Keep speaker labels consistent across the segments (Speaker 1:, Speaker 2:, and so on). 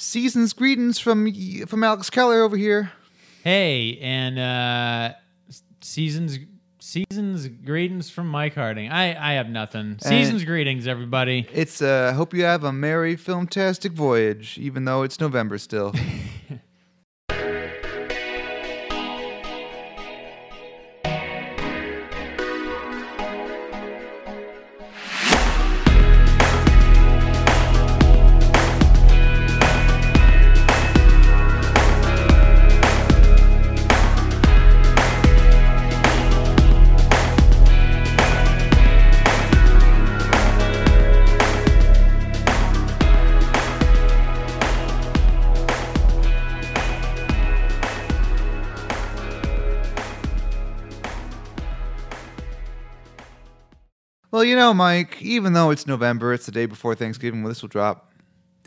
Speaker 1: season's greetings from y- from Alex Keller over here.
Speaker 2: Hey, and uh seasons seasons greetings from Mike Harding. I I have nothing.
Speaker 1: Eh.
Speaker 2: Seasons greetings, everybody.
Speaker 1: It's uh, hope you have a merry filmtastic voyage, even though it's November still. well, you know, Mike, even though it's November, it's the day before Thanksgiving when this will drop.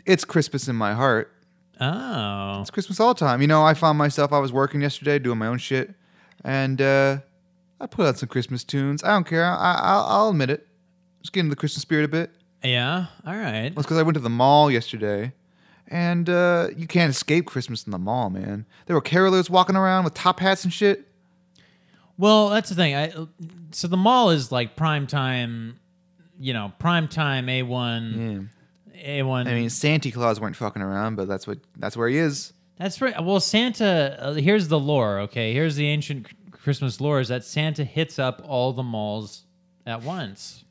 Speaker 1: It's Christmas in my heart.
Speaker 2: Oh.
Speaker 1: It's Christmas all the time. You know, I found myself I was working yesterday doing my own shit, and uh, I put on some Christmas tunes. I don't care. I, I'll, I'll admit it. Just get into the Christmas spirit a bit.
Speaker 2: Yeah. All right.
Speaker 1: Well, it's because I went to the mall yesterday, and uh, you can't escape Christmas in the mall, man. There were carolers walking around with top hats and shit.
Speaker 2: Well, that's the thing. I so the mall is like prime time, you know, prime time A1 A1
Speaker 1: I mean, Santa Claus weren't fucking around, but that's what that's where he is.
Speaker 2: That's right. Well, Santa. Uh, here's the lore. Okay, here's the ancient C- Christmas lore: is that Santa hits up all the malls at once.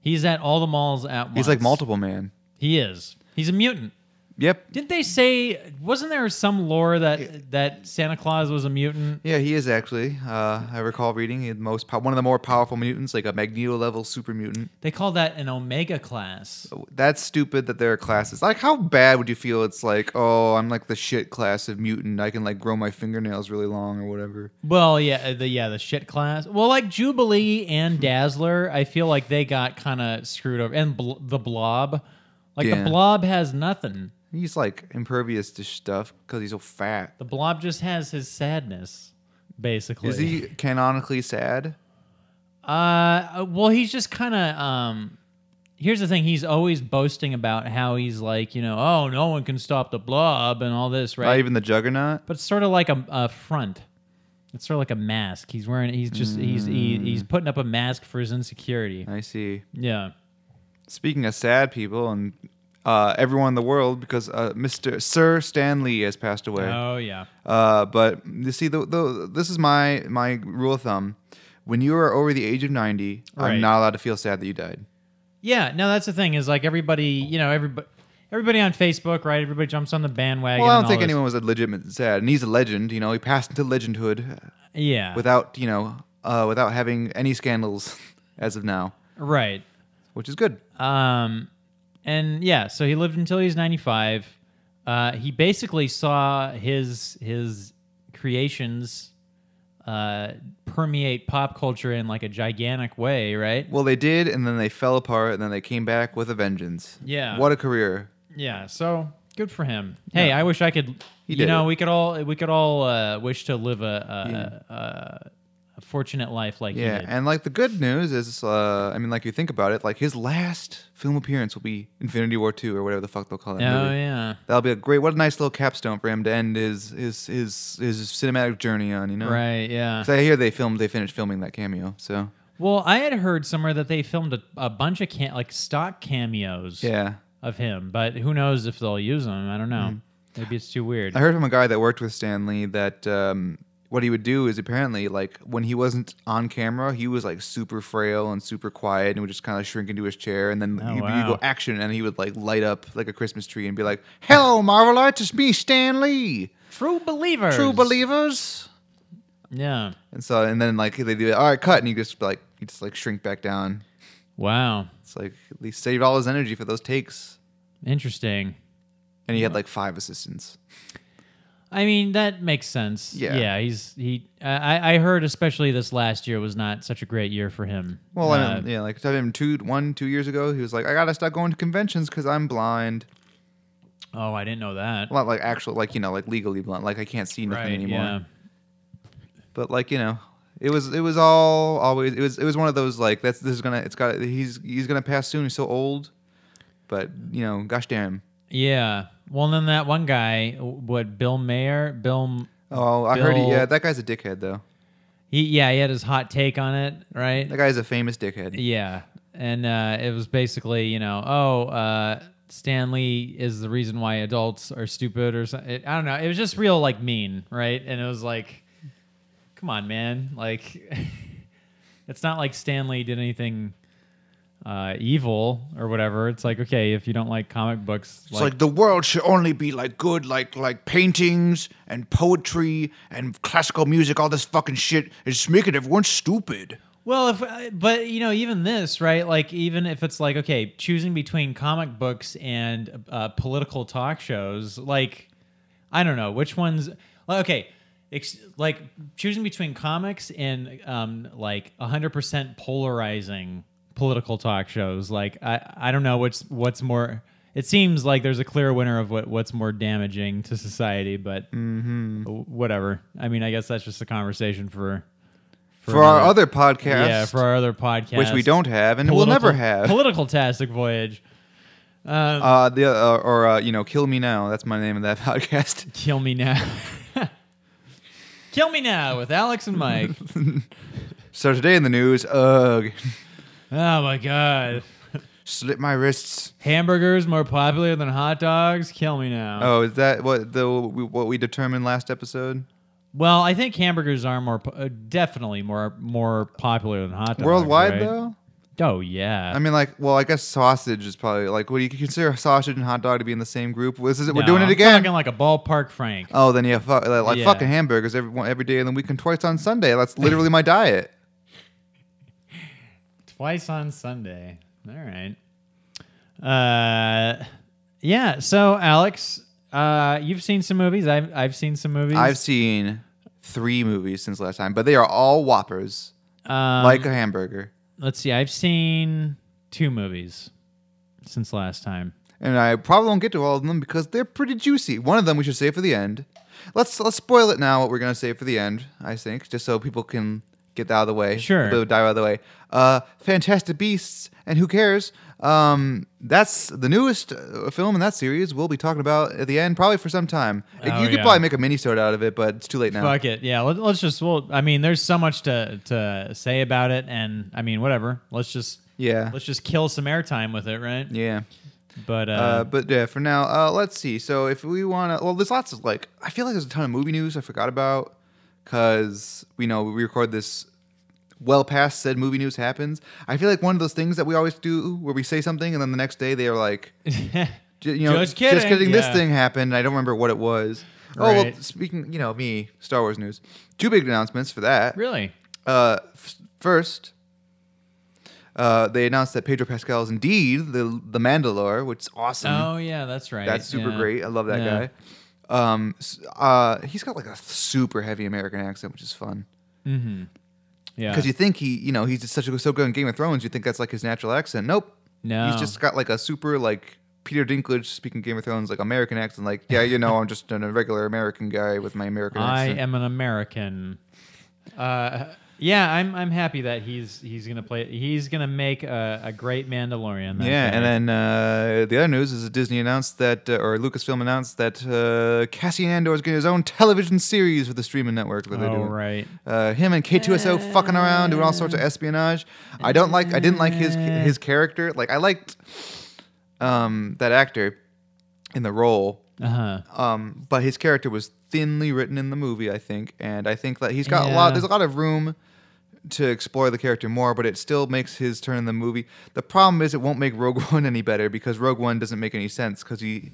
Speaker 2: He's at all the malls at once.
Speaker 1: He's like multiple man.
Speaker 2: He is. He's a mutant.
Speaker 1: Yep.
Speaker 2: Didn't they say? Wasn't there some lore that that Santa Claus was a mutant?
Speaker 1: Yeah, he is actually. Uh, I recall reading he the most pow- one of the more powerful mutants, like a Magneto level super mutant. Oh,
Speaker 2: They call that an Omega class.
Speaker 1: That's stupid that there are classes. Like, how bad would you feel? It's like, oh, I'm like the shit class of mutant. I can like grow my fingernails really long or whatever.
Speaker 2: Well, yeah, uh, the yeah the shit class. Well, like Jubilee
Speaker 1: Hmm.
Speaker 2: and Dazzler, I feel like they got kind of screwed over, and bl- the Blob. Like
Speaker 1: Yeah.
Speaker 2: the Blob has nothing.
Speaker 1: He's like impervious to stuff because he's so fat.
Speaker 2: The blob just has his sadness, basically.
Speaker 1: Is he canonically sad?
Speaker 2: Uh, well, he's just kind of. Um, here's the thing: he's always boasting about how he's like, you know, oh, no one can stop the blob and all this,
Speaker 1: Not
Speaker 2: right?
Speaker 1: even the Juggernaut.
Speaker 2: but it's sort of like a, a front. It's sort of like a mask. He's wearing. He's just. He's he,
Speaker 1: Mm.
Speaker 2: he's putting up a mask for his insecurity.
Speaker 1: I see.
Speaker 2: Yeah.
Speaker 1: Speaking of sad people and uh, everyone in the world, because uh, Mr. Sir Stan Lee has passed away.
Speaker 2: Oh yeah.
Speaker 1: Uh, but you see, the, the, this is my my rule of thumb: when you are over the age of ninety,
Speaker 2: Right.
Speaker 1: I'm not allowed to feel sad that you died.
Speaker 2: Yeah. No, that's the thing is like everybody. You know everybody. Everybody on Facebook, right? Everybody jumps on the bandwagon.
Speaker 1: Well, I
Speaker 2: and
Speaker 1: don't
Speaker 2: all
Speaker 1: think
Speaker 2: this.
Speaker 1: anyone was legitimate sad, and he's a legend. You know, he passed into legendhood uh,
Speaker 2: Yeah.
Speaker 1: without you know uh, without having any scandals as of now,
Speaker 2: right.
Speaker 1: which is good.
Speaker 2: Um, and yeah, so he lived until he was 95. Uh, he basically saw his his creations uh, permeate pop culture in like a gigantic way, right?
Speaker 1: Well, they did, and then they fell apart, and then they came back with a vengeance.
Speaker 2: Yeah.
Speaker 1: What a career.
Speaker 2: Yeah, so good for him. Hey, I wish I could. you
Speaker 1: did
Speaker 2: know,
Speaker 1: it.
Speaker 2: we could all we could all uh, wish to live a a, a, a fortunate life like
Speaker 1: Yeah.
Speaker 2: he did.
Speaker 1: And like the good news is, uh, I mean, like you think about it, like his last film appearance will be Infinity War 2 or whatever the fuck they'll call it.
Speaker 2: Oh yeah,
Speaker 1: That'll be a great, what a nice little capstone for him to end his his his, his cinematic journey on, you know?
Speaker 2: right, yeah.
Speaker 1: 'Cause I hear they filmed, they finished filming that cameo. So
Speaker 2: Well, I had heard somewhere that they filmed a, a bunch of cam- like stock cameos.
Speaker 1: yeah,
Speaker 2: of him, but who knows if they'll use him? I don't know. Maybe it's too weird.
Speaker 1: Mm-hmm. I heard from a guy that worked with Stan Lee that um, what he would do is apparently like when he wasn't on camera, he was like super frail and super quiet and would just kind of shrink into his chair. And then
Speaker 2: Oh,
Speaker 1: you
Speaker 2: wow.
Speaker 1: go action and he would like light up like a Christmas tree and be like, "Hello, Marvelites, it's me, Stan Lee,
Speaker 2: True believer.
Speaker 1: true believers."
Speaker 2: Yeah. And
Speaker 1: And so and then like they do, all right, cut, and he just like he just like shrink back down.
Speaker 2: Wow.
Speaker 1: It's like he saved all his energy for those takes,
Speaker 2: Interesting.
Speaker 1: and he had like five assistants.
Speaker 2: I mean, that makes sense.
Speaker 1: Yeah.
Speaker 2: Yeah. He's he. I I- I heard especially this last year was not such a great year for him.
Speaker 1: Well,
Speaker 2: uh,
Speaker 1: I mean, yeah, like I him two, one, two years ago, he was like, "I gotta stop going to conventions because I'm blind."
Speaker 2: oh, I didn't know that.
Speaker 1: Well, Not like actual, like you know, like legally blind, like I can't see nothing
Speaker 2: right.
Speaker 1: anymore.
Speaker 2: Yeah.
Speaker 1: But like you know, it was it was all always it was it was one of those like that's this is gonna it's got he's he's gonna pass soon. He's so old, but you know, gosh damn,
Speaker 2: Yeah. Well, then that one guy, what Bill Mayer, Bill,
Speaker 1: Oh, I heard he.
Speaker 2: Bill-
Speaker 1: Yeah, that guy's a dickhead though.
Speaker 2: he yeah, he had his hot take on it, right?
Speaker 1: That guy's a famous dickhead.
Speaker 2: Yeah, and uh, it was basically, you know, oh, uh, Stanley is the reason why adults are stupid, or something. I don't know. It was just real, like mean, right? And it was like, come on, man, like, it's not like Stanley did anything uh, evil or whatever. It's like, okay, if you don't like comic books,
Speaker 1: It's like, the world should only be like good, like like paintings and poetry and classical music. All this fucking shit is making everyone stupid.
Speaker 2: Well, if uh, but you know, even this, right? Like, even if it's like okay, choosing between comic books and uh, political talk shows, like, I don't know which ones. well, Okay, ex- like choosing between comics and um, like hundred percent polarizing political talk shows. Like, I I don't know what's what's more. It seems like there's a clear winner of what, what's more damaging to society, but
Speaker 1: Mm-hmm.
Speaker 2: whatever. I mean, I guess that's just a conversation for
Speaker 1: For, our
Speaker 2: another-
Speaker 1: other podcast,
Speaker 2: yeah, for our other podcast,
Speaker 1: which we don't have and we'll never have.
Speaker 2: Political Tastic Voyage.
Speaker 1: uh, the uh, or uh, you know, kill me now. That's my name of that podcast.
Speaker 2: Kill me now. Kill me now with Alex and Mike.
Speaker 1: So today in the news, ugh,
Speaker 2: oh my god.
Speaker 1: slit my wrists.
Speaker 2: Hamburgers more popular than hot dogs. Kill me now.
Speaker 1: Oh, is that what the what we determined last episode?
Speaker 2: Well, I think hamburgers are more po- uh, definitely more more popular than hot dogs.
Speaker 1: Worldwide
Speaker 2: right?
Speaker 1: though.
Speaker 2: Oh yeah.
Speaker 1: I mean, like, well, I guess sausage is probably like, what do you consider sausage and hot dog to be in the same group? This is it, we're
Speaker 2: No,
Speaker 1: doing it
Speaker 2: I'm
Speaker 1: again.
Speaker 2: Talking like a ballpark Frank.
Speaker 1: oh, then yeah, fuck, like, like
Speaker 2: Yeah.
Speaker 1: fucking hamburgers every one- every day of the week and twice on Sunday. That's literally my diet.
Speaker 2: twice on Sunday. All right. Uh, yeah. So Alex, uh, you've seen some movies. I've I've seen some movies.
Speaker 1: I've seen three movies since last time, but they are all whoppers,
Speaker 2: um,
Speaker 1: like a hamburger.
Speaker 2: Let's see. I've seen two movies since last time.
Speaker 1: And I probably won't get to all of them because they're pretty juicy. One of them we should save for the end. Let's let's spoil it now. What we're gonna save for the end, I think, just so people can get out of the way.
Speaker 2: Sure.
Speaker 1: People die out of the way. Uh, Fantastic Beasts and Who Cares? Um, that's the newest uh, film in that series. We'll be talking about at the end, probably for some time.
Speaker 2: Oh,
Speaker 1: you could
Speaker 2: yeah.
Speaker 1: probably make a mini out of it, but it's too late now.
Speaker 2: Fuck it. Yeah. Let, let's just. Well, I mean, there's so much to to say about it, and I mean, whatever. Let's just.
Speaker 1: Yeah.
Speaker 2: Let's just kill some airtime with it, right?
Speaker 1: Yeah.
Speaker 2: But uh,
Speaker 1: Uh, but yeah, for now, uh, let's see. So if we want to, well, there's lots of like, I feel like there's a ton of movie news I forgot about because we know we record this well past said movie news happens. I feel like one of those things that we always do where we say something and then the next day they are like, j- you know,
Speaker 2: Just kidding.
Speaker 1: this
Speaker 2: Yeah.
Speaker 1: thing happened. I don't remember what it was. Oh well,
Speaker 2: Right.
Speaker 1: speaking, you know, me, Star Wars news. Two big announcements for that.
Speaker 2: really,
Speaker 1: Uh, f- first, uh, they announced that Pedro Pascal is indeed the the Mandalore, which is awesome.
Speaker 2: oh yeah, that's right.
Speaker 1: That's super
Speaker 2: Yeah.
Speaker 1: great. I love that
Speaker 2: Yeah.
Speaker 1: guy. Um, s- uh, he's got like a super heavy American accent, which is fun
Speaker 2: Yeah.
Speaker 1: because you think he, you know, he's just such a so good in Game of Thrones. You think that's like his natural accent. Nope.
Speaker 2: No.
Speaker 1: He's just got like a super like Peter Dinklage speaking Game of Thrones like American accent. Like yeah, you know, I'm just an- a regular American guy with my American
Speaker 2: I
Speaker 1: accent.
Speaker 2: am an American. Uh, yeah, I'm. I'm happy that he's he's gonna play. He's gonna make a, a great Mandalorian. that
Speaker 1: yeah,
Speaker 2: guy.
Speaker 1: and then uh, the other news is that Disney announced that, uh, or Lucasfilm announced that uh, Cassian Andor is getting his own television series for the streaming network. That they're
Speaker 2: oh
Speaker 1: doing.
Speaker 2: right.
Speaker 1: Uh, him and K2SO fucking around doing all sorts of espionage. I don't like. I didn't like his his character. Like I liked um, that actor in the role,
Speaker 2: Uh huh.
Speaker 1: um, but his character was thinly written in the movie. I think, and I think that he's got a lot.
Speaker 2: Yeah.
Speaker 1: There's a lot of room to explore the character more, but it still makes his turn in the movie. The problem is it won't make Rogue One any better because Rogue One doesn't make any sense because he.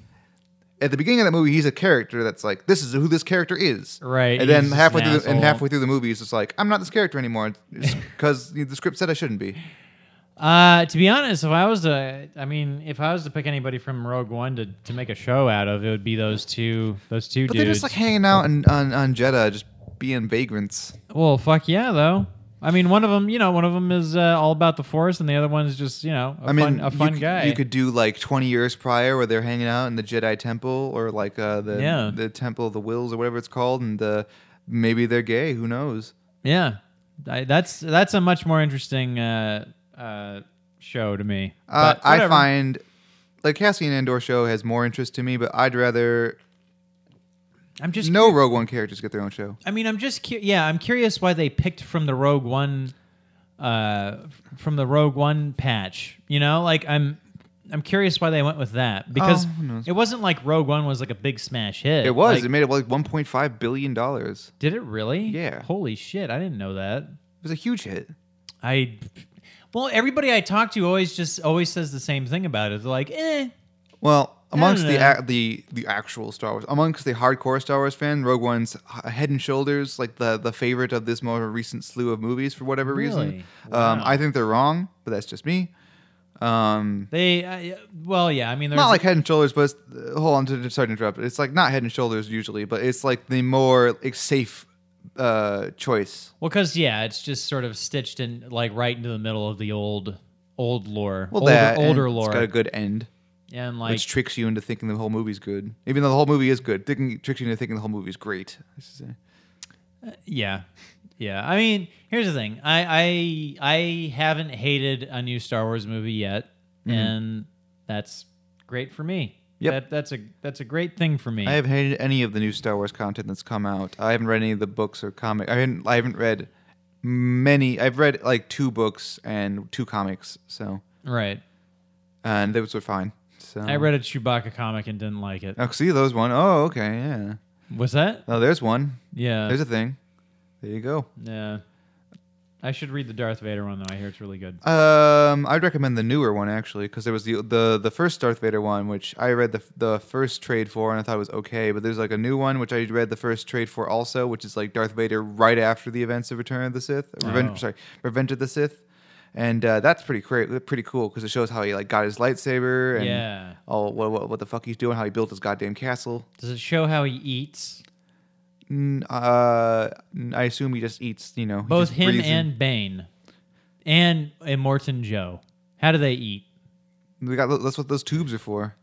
Speaker 1: At the beginning of that movie, he's a character that's like, "This is who this character is,"
Speaker 2: Right,
Speaker 1: And then
Speaker 2: he's just
Speaker 1: halfway
Speaker 2: an
Speaker 1: through, the, and
Speaker 2: asshole.
Speaker 1: halfway through the movie, he's just like, "I'm not this character anymore," because the script said I shouldn't be.
Speaker 2: Uh, to be honest, if I was to, I mean, if I was to pick anybody from Rogue One to, to make a show out of, it would be those two. Those two
Speaker 1: But
Speaker 2: dudes.
Speaker 1: they're just like hanging out on on, on Jeddah, just being vagrants.
Speaker 2: well, fuck yeah, though. I mean, one of them, you know, one of them is uh, all about the force, and the other one's just, you know, a
Speaker 1: I mean,
Speaker 2: fun, a
Speaker 1: you
Speaker 2: fun
Speaker 1: c-
Speaker 2: guy.
Speaker 1: You could do like 20 years prior where they're hanging out in the Jedi Temple or like uh, the
Speaker 2: Yeah.
Speaker 1: the Temple of the Wills or whatever it's called, and uh, maybe they're gay. Who knows?
Speaker 2: Yeah, I, that's that's a much more interesting uh, uh, show to me.
Speaker 1: Uh,
Speaker 2: But
Speaker 1: I
Speaker 2: whatever.
Speaker 1: find like Cassian Andor show has more interest to me, but I'd rather
Speaker 2: I'm just
Speaker 1: no Rogue One characters get their own show.
Speaker 2: I mean, I'm just cu- yeah, I'm curious why they picked from the Rogue One, uh, from the Rogue One patch. You know, like I'm, I'm curious why they went with that because
Speaker 1: Oh, who knows?
Speaker 2: it wasn't like Rogue One was like a big smash hit.
Speaker 1: It was.
Speaker 2: Like,
Speaker 1: it made up like 1.5 billion dollars.
Speaker 2: did it really?
Speaker 1: Yeah.
Speaker 2: Holy shit! I didn't know that.
Speaker 1: It was a huge hit.
Speaker 2: I, well, everybody I talk to always just always says the same thing about it. They're like, eh,
Speaker 1: Well, amongst the
Speaker 2: know.
Speaker 1: ac the the actual Star Wars, amongst the hardcore Star Wars fan, Rogue One's h- head and shoulders like the the favorite of this more recent slew of movies for whatever reason.
Speaker 2: Really?
Speaker 1: Um, I think they're wrong, but that's just me. Um,
Speaker 2: they. I well, yeah. I mean, there's
Speaker 1: not like head and shoulders, but it's- uh, hold on, to, sorry to interrupt. It's like not head and shoulders usually, but it's like the more like, safe uh, choice.
Speaker 2: Well, because yeah, it's just sort of stitched in like right into the middle of the old old lore,
Speaker 1: Well,
Speaker 2: older,
Speaker 1: that and
Speaker 2: older
Speaker 1: It's
Speaker 2: lore,
Speaker 1: got a good end,
Speaker 2: and like
Speaker 1: which tricks you into thinking the whole movie's good, even though the whole movie is good. Thinking, tricks you into thinking the whole movie's great. I should say.
Speaker 2: yeah, yeah. I mean, here's the thing: I I I haven't hated a new Star Wars movie yet, and that's great for me.
Speaker 1: Mm-hmm. Yep.
Speaker 2: That, that's a that's a great thing for me.
Speaker 1: I haven't hated any of the new Star Wars content that's come out. I haven't read any of the books or comic. I haven't. I haven't read many. I've read like two books and two comics. So
Speaker 2: right.
Speaker 1: and those were fine. So
Speaker 2: I read a Chewbacca comic and didn't like it.
Speaker 1: Oh, see those one. Oh, okay, yeah.
Speaker 2: Was that?
Speaker 1: Oh, there's one.
Speaker 2: Yeah.
Speaker 1: There's a thing. There you go.
Speaker 2: yeah. I should read the Darth Vader one though. I hear it's really good.
Speaker 1: Um, I'd recommend the newer one actually because there was the the the first Darth Vader one, which I read the the first trade for and I thought it was okay, but there's like a new one which I read the first trade for also, which is like Darth Vader right after the events of Return of the Sith, Revenge,
Speaker 2: Oh.
Speaker 1: sorry, Revenge of the Sith, and uh, that's pretty great, pretty cool because it shows how he like got his lightsaber and
Speaker 2: Yeah.
Speaker 1: all what, what what the fuck he's doing, how he built his goddamn castle.
Speaker 2: Does it show how he eats?
Speaker 1: Mm, uh, I assume he just eats, you know, he
Speaker 2: Both
Speaker 1: just
Speaker 2: him
Speaker 1: breathes in-
Speaker 2: and Bane, and and Morton Joe. How do they eat?
Speaker 1: we got that's what those tubes are for.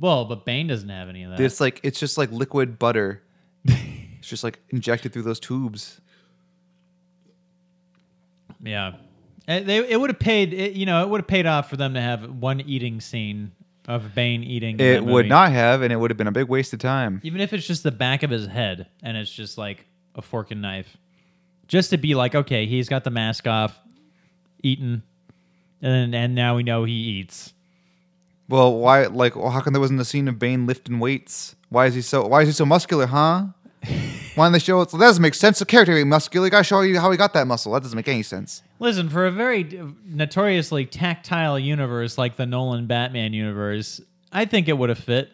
Speaker 2: Well, but Bane doesn't have any of that.
Speaker 1: It's like it's just like liquid butter. it's just like injected through those tubes.
Speaker 2: yeah, Eh, they it would have paid. It, you know, it would have paid off for them to have one eating scene of Bane eating. in
Speaker 1: It
Speaker 2: that
Speaker 1: would
Speaker 2: movie.
Speaker 1: not have, and it would have been a big waste of time.
Speaker 2: even if it's just the back of his head, and it's just like a fork and knife, just to be like, okay, he's got the mask off, eaten, and and now we know he eats.
Speaker 1: Well, why? Like, well, how come there wasn't a scene of Bane lifting weights? Why is he so? Why is he so muscular? Huh? why didn't they show it? So that doesn't make sense. The character being muscular, gotta show you how he got that muscle. That doesn't make any sense.
Speaker 2: Listen, for a very d- notoriously tactile universe like the Nolan Batman universe, I think it would have fit.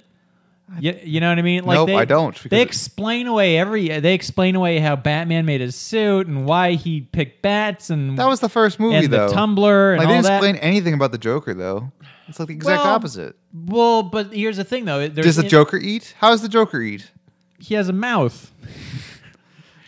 Speaker 2: You, you know what I mean? Like
Speaker 1: Nope,
Speaker 2: they,
Speaker 1: I don't, because
Speaker 2: They
Speaker 1: it-
Speaker 2: explain away every. They explain away how Batman made his suit and why he picked bats and
Speaker 1: That was the first movie,
Speaker 2: and
Speaker 1: though.
Speaker 2: the tumbler and
Speaker 1: Like,
Speaker 2: all
Speaker 1: they didn't
Speaker 2: that.
Speaker 1: explain anything about the Joker, though. It's like the exact
Speaker 2: Well,
Speaker 1: opposite.
Speaker 2: Well, but here's the thing, though. There's
Speaker 1: Does the Joker eat? How does the Joker eat?
Speaker 2: He has a mouth.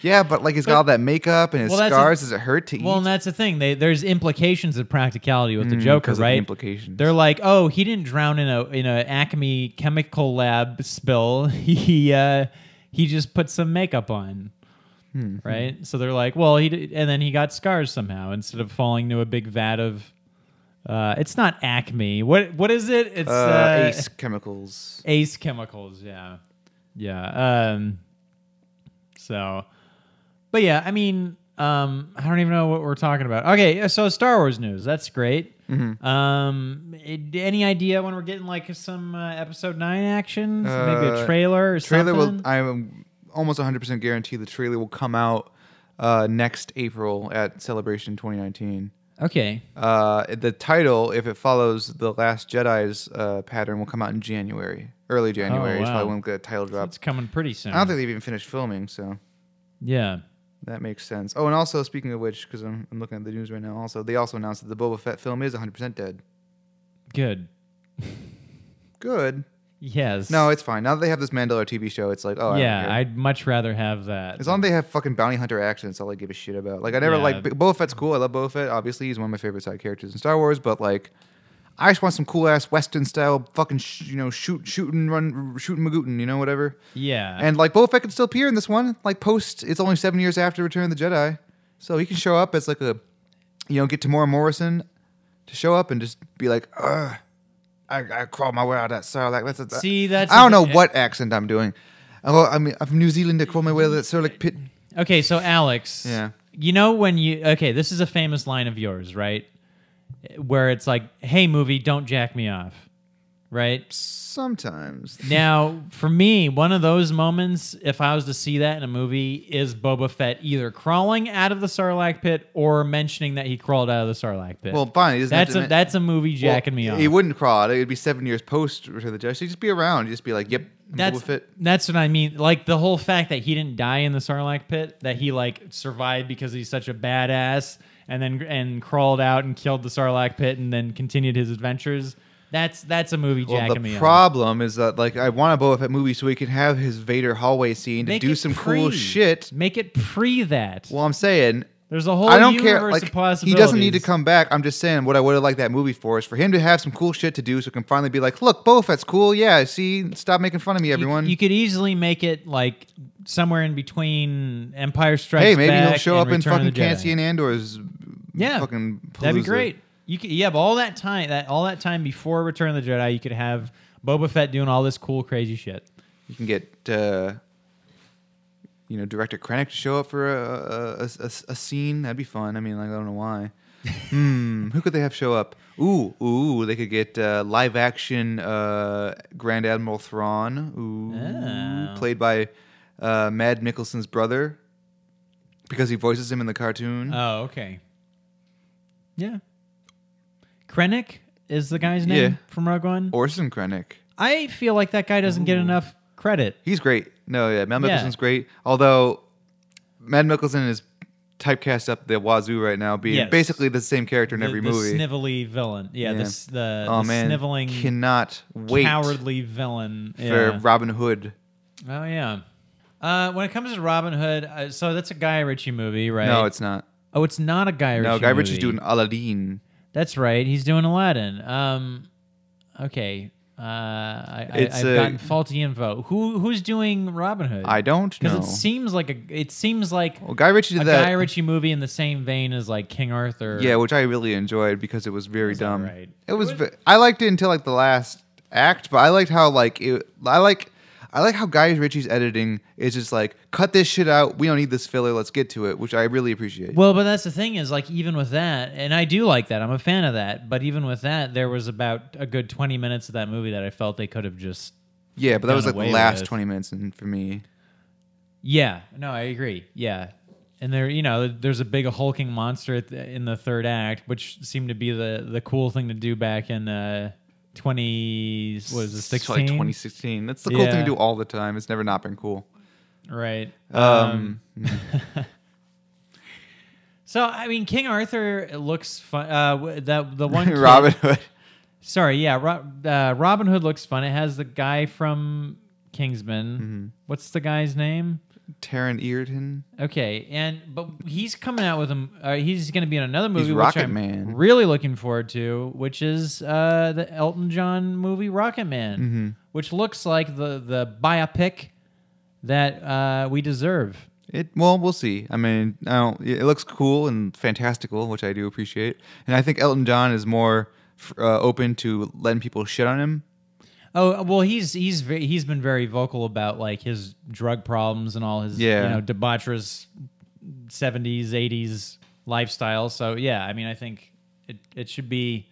Speaker 1: Yeah, but like he's got all that makeup and his
Speaker 2: Well, that's a-
Speaker 1: scars. Does it hurt to eat?
Speaker 2: Well, and that's the thing. They, there's implications of practicality with the Joker,
Speaker 1: Mm, 'cause of the
Speaker 2: right?
Speaker 1: implications.
Speaker 2: They're like, oh, he didn't drown in a in a Acme chemical lab spill. he uh, he just put some makeup on, right? So they're like, well, he did, and then he got scars somehow instead of falling to a big vat of. Uh, it's not Acme. What what is it? It's
Speaker 1: uh,
Speaker 2: uh,
Speaker 1: Ace Chemicals.
Speaker 2: Ace Chemicals, yeah. Yeah. Um so but yeah, I mean, um I don't even know what we're talking about. Okay, yeah, so Star Wars news. That's great.
Speaker 1: Mm-hmm.
Speaker 2: Um it- any idea when we're getting like some uh, episode 9 action? Maybe
Speaker 1: Uh,
Speaker 2: a trailer or
Speaker 1: trailer
Speaker 2: something?
Speaker 1: will i'm almost 100% guarantee the trailer will come out uh, next april at celebration 2019
Speaker 2: okay.
Speaker 1: uh, the title if it follows the last jedi's uh, pattern will come out in january early january is
Speaker 2: wow.
Speaker 1: probably when the title drops
Speaker 2: It's coming pretty soon.
Speaker 1: i don't think they've even finished filming so
Speaker 2: yeah.
Speaker 1: that makes sense oh and also speaking of which because I'm, I'm looking at the news right now also they also announced that the boba fett film is 100% dead
Speaker 2: Good.
Speaker 1: good
Speaker 2: Yes.
Speaker 1: no it's fine now that they have this mandalore tv show it's like oh I don't
Speaker 2: yeah,
Speaker 1: care.
Speaker 2: I'd much rather have that.
Speaker 1: As long as they have fucking bounty hunter action, that's all I give a shit about. Like I never
Speaker 2: Yeah.
Speaker 1: like Boba Fett's cool. I love Boba Fett. Obviously, he's one of my favorite side characters in Star Wars. But like, I just want some cool ass Western style fucking sh- you know shoot shooting run shooting magootin you know whatever.
Speaker 2: yeah.
Speaker 1: And like Boba Fett can still appear in this one. Like post, it's only seven years after Return of the Jedi, so he can show up as like a you know get Tamora Morrison to show up and just be like, Ugh, I, I crawled my way out of that Sarlacc. That's, that's,
Speaker 2: See, that's
Speaker 1: I don't know
Speaker 2: the-
Speaker 1: what accent I'm doing. Uh, Well, I mean, I'm from New Zealand. I crawled my way out of that Sarlacc pit.
Speaker 2: Okay, so Alex,
Speaker 1: Yeah.
Speaker 2: you know when you okay, this is a famous line of yours, right? Where it's like, "Hey, movie, don't jack me off," right?
Speaker 1: Sometimes.
Speaker 2: Now, for me, one of those moments, if I was to see that in a movie, is Boba Fett either crawling out of the Sarlacc pit or mentioning that he crawled out of the Sarlacc pit.
Speaker 1: Well, fine. he doesn't have
Speaker 2: that's
Speaker 1: to
Speaker 2: a
Speaker 1: ma-
Speaker 2: that's a movie jacking
Speaker 1: Well,
Speaker 2: me off.
Speaker 1: He wouldn't crawl out. It would be seven years post Return of the Jedi. So he'd just be around. He'd just be like, yep, I'm
Speaker 2: that's
Speaker 1: Boba Fett.
Speaker 2: that's what I mean. Like the whole fact that he didn't die in the Sarlacc pit, that he like survived because he's such a badass, and then and crawled out and killed the Sarlacc pit, and then continued his adventures. That's that's a movie
Speaker 1: Well,
Speaker 2: jacking
Speaker 1: the
Speaker 2: me off.
Speaker 1: problem is that like I want a Boba Fett movie so he can have his Vader hallway scene to
Speaker 2: Make
Speaker 1: do
Speaker 2: it
Speaker 1: some cool
Speaker 2: pre.
Speaker 1: shit.
Speaker 2: Make it pre that.
Speaker 1: Well, I'm saying
Speaker 2: There's a whole
Speaker 1: I don't
Speaker 2: universe
Speaker 1: care.
Speaker 2: of
Speaker 1: Like he
Speaker 2: possibilities.
Speaker 1: doesn't need to come back. I'm just saying what I would have liked that movie for is for him to have some cool shit to do so he can finally be like, look, Boba Fett's cool. Yeah, see, stop making fun of me,
Speaker 2: You-
Speaker 1: everyone.
Speaker 2: You, could easily make it like somewhere in between Empire Strikes
Speaker 1: hey, maybe he'll
Speaker 2: Back
Speaker 1: show up
Speaker 2: and
Speaker 1: in
Speaker 2: Return of
Speaker 1: fucking
Speaker 2: the Jedi.
Speaker 1: Cassian Andor's
Speaker 2: Yeah,
Speaker 1: fucking.
Speaker 2: That'd be
Speaker 1: palooza.
Speaker 2: great. You could you have all that time that all that time before Return of the Jedi, you could have Boba Fett doing all this cool crazy shit.
Speaker 1: You can get, uh, you know, director Krennic to show up for a, a, a- a- a scene. That'd be fun. I mean, like I don't know why. hmm, who could they have show up? Ooh, ooh, they could get uh, live action uh, Grand Admiral Thrawn, ooh,
Speaker 2: Oh.
Speaker 1: played by uh, Mad Mickelson's brother, because he voices him in the cartoon.
Speaker 2: Oh, okay. Yeah. Krennic is the guy's name
Speaker 1: Yeah.
Speaker 2: from Rogue One.
Speaker 1: Orson Krennic,
Speaker 2: I feel like that guy doesn't get enough credit.
Speaker 1: he's great. No, yeah, Mad
Speaker 2: Yeah.
Speaker 1: Mickelson's great. Although Mad Mickelson is typecast up the wazoo right now, being
Speaker 2: Yes.
Speaker 1: basically the same character in
Speaker 2: The-
Speaker 1: every
Speaker 2: the
Speaker 1: movie.
Speaker 2: snivelly villain. Yeah,
Speaker 1: Yeah.
Speaker 2: this the,
Speaker 1: oh
Speaker 2: the
Speaker 1: man,
Speaker 2: sniveling
Speaker 1: cannot wait
Speaker 2: cowardly villain
Speaker 1: for
Speaker 2: Yeah.
Speaker 1: Robin Hood.
Speaker 2: Oh yeah. Uh, when it comes to Robin Hood, uh, so that's a Guy Ritchie movie, right?
Speaker 1: No, it's not.
Speaker 2: oh, it's not a Guy Ritchie.
Speaker 1: No, Guy Ritchie's
Speaker 2: movie.
Speaker 1: doing Aladdin.
Speaker 2: That's right. He's doing Aladdin. Um, okay. Uh, I, I,
Speaker 1: It's
Speaker 2: I've
Speaker 1: a-
Speaker 2: gotten faulty info. Who who's doing Robin Hood?
Speaker 1: I don't
Speaker 2: because
Speaker 1: know.
Speaker 2: it seems like a it seems like
Speaker 1: well, Guy Ritchie
Speaker 2: a
Speaker 1: did that.
Speaker 2: Guy Ritchie movie in the same vein as like King Arthur.
Speaker 1: yeah, which I really enjoyed because it was very
Speaker 2: was
Speaker 1: dumb.
Speaker 2: alright.
Speaker 1: It was. ve- I liked it until like the last act, but I liked how like it. I like. I like how Guy Ritchie's editing is just like cut this shit out. We don't need this filler. Let's get to it, which I really appreciate.
Speaker 2: Well, but that's the thing is like even with that, and I do like that. I'm a fan of that. But even with that, there was about a good 20 minutes of that movie that I felt they could have just
Speaker 1: yeah, but that
Speaker 2: done
Speaker 1: was like the
Speaker 2: away
Speaker 1: last
Speaker 2: with.
Speaker 1: twenty minutes, and for me,
Speaker 2: Yeah, no, I agree. Yeah, and there, you know, there's a big hulking monster at the, in the third act, which seemed to be the the cool thing to do back in uh, twenty what is it
Speaker 1: it's
Speaker 2: sixteen?
Speaker 1: like twenty sixteen. That's the cool thing
Speaker 2: Yeah.
Speaker 1: to do all the time. It's never not been cool.
Speaker 2: right?
Speaker 1: Um,
Speaker 2: so I mean, King Arthur looks fun. Uh, w- that the one kid-
Speaker 1: Robin Hood.
Speaker 2: Sorry, yeah, Ro- uh, Robin Hood looks fun. It has the guy from Kingsman.
Speaker 1: Mm-hmm.
Speaker 2: What's the guy's name?
Speaker 1: Taron Egerton.
Speaker 2: Okay, and but he's coming out with him. Uh, he's going to be in another movie, which
Speaker 1: Rocket
Speaker 2: I'm
Speaker 1: Man.
Speaker 2: really looking forward to, which is uh, the Elton John movie Rocket Man,
Speaker 1: Mm-hmm.
Speaker 2: which looks like the the biopic that uh, we deserve.
Speaker 1: It well, we'll see. I mean, I don't, it looks cool and fantastical, which I do appreciate. And I think Elton John is more f- uh, open to letting people shit on him.
Speaker 2: Oh well, he's he's ve- he's been very vocal about like his drug problems and all his you
Speaker 1: Yeah.
Speaker 2: know debaucherous seventies eighties lifestyle. So yeah, I mean, I think it it should be.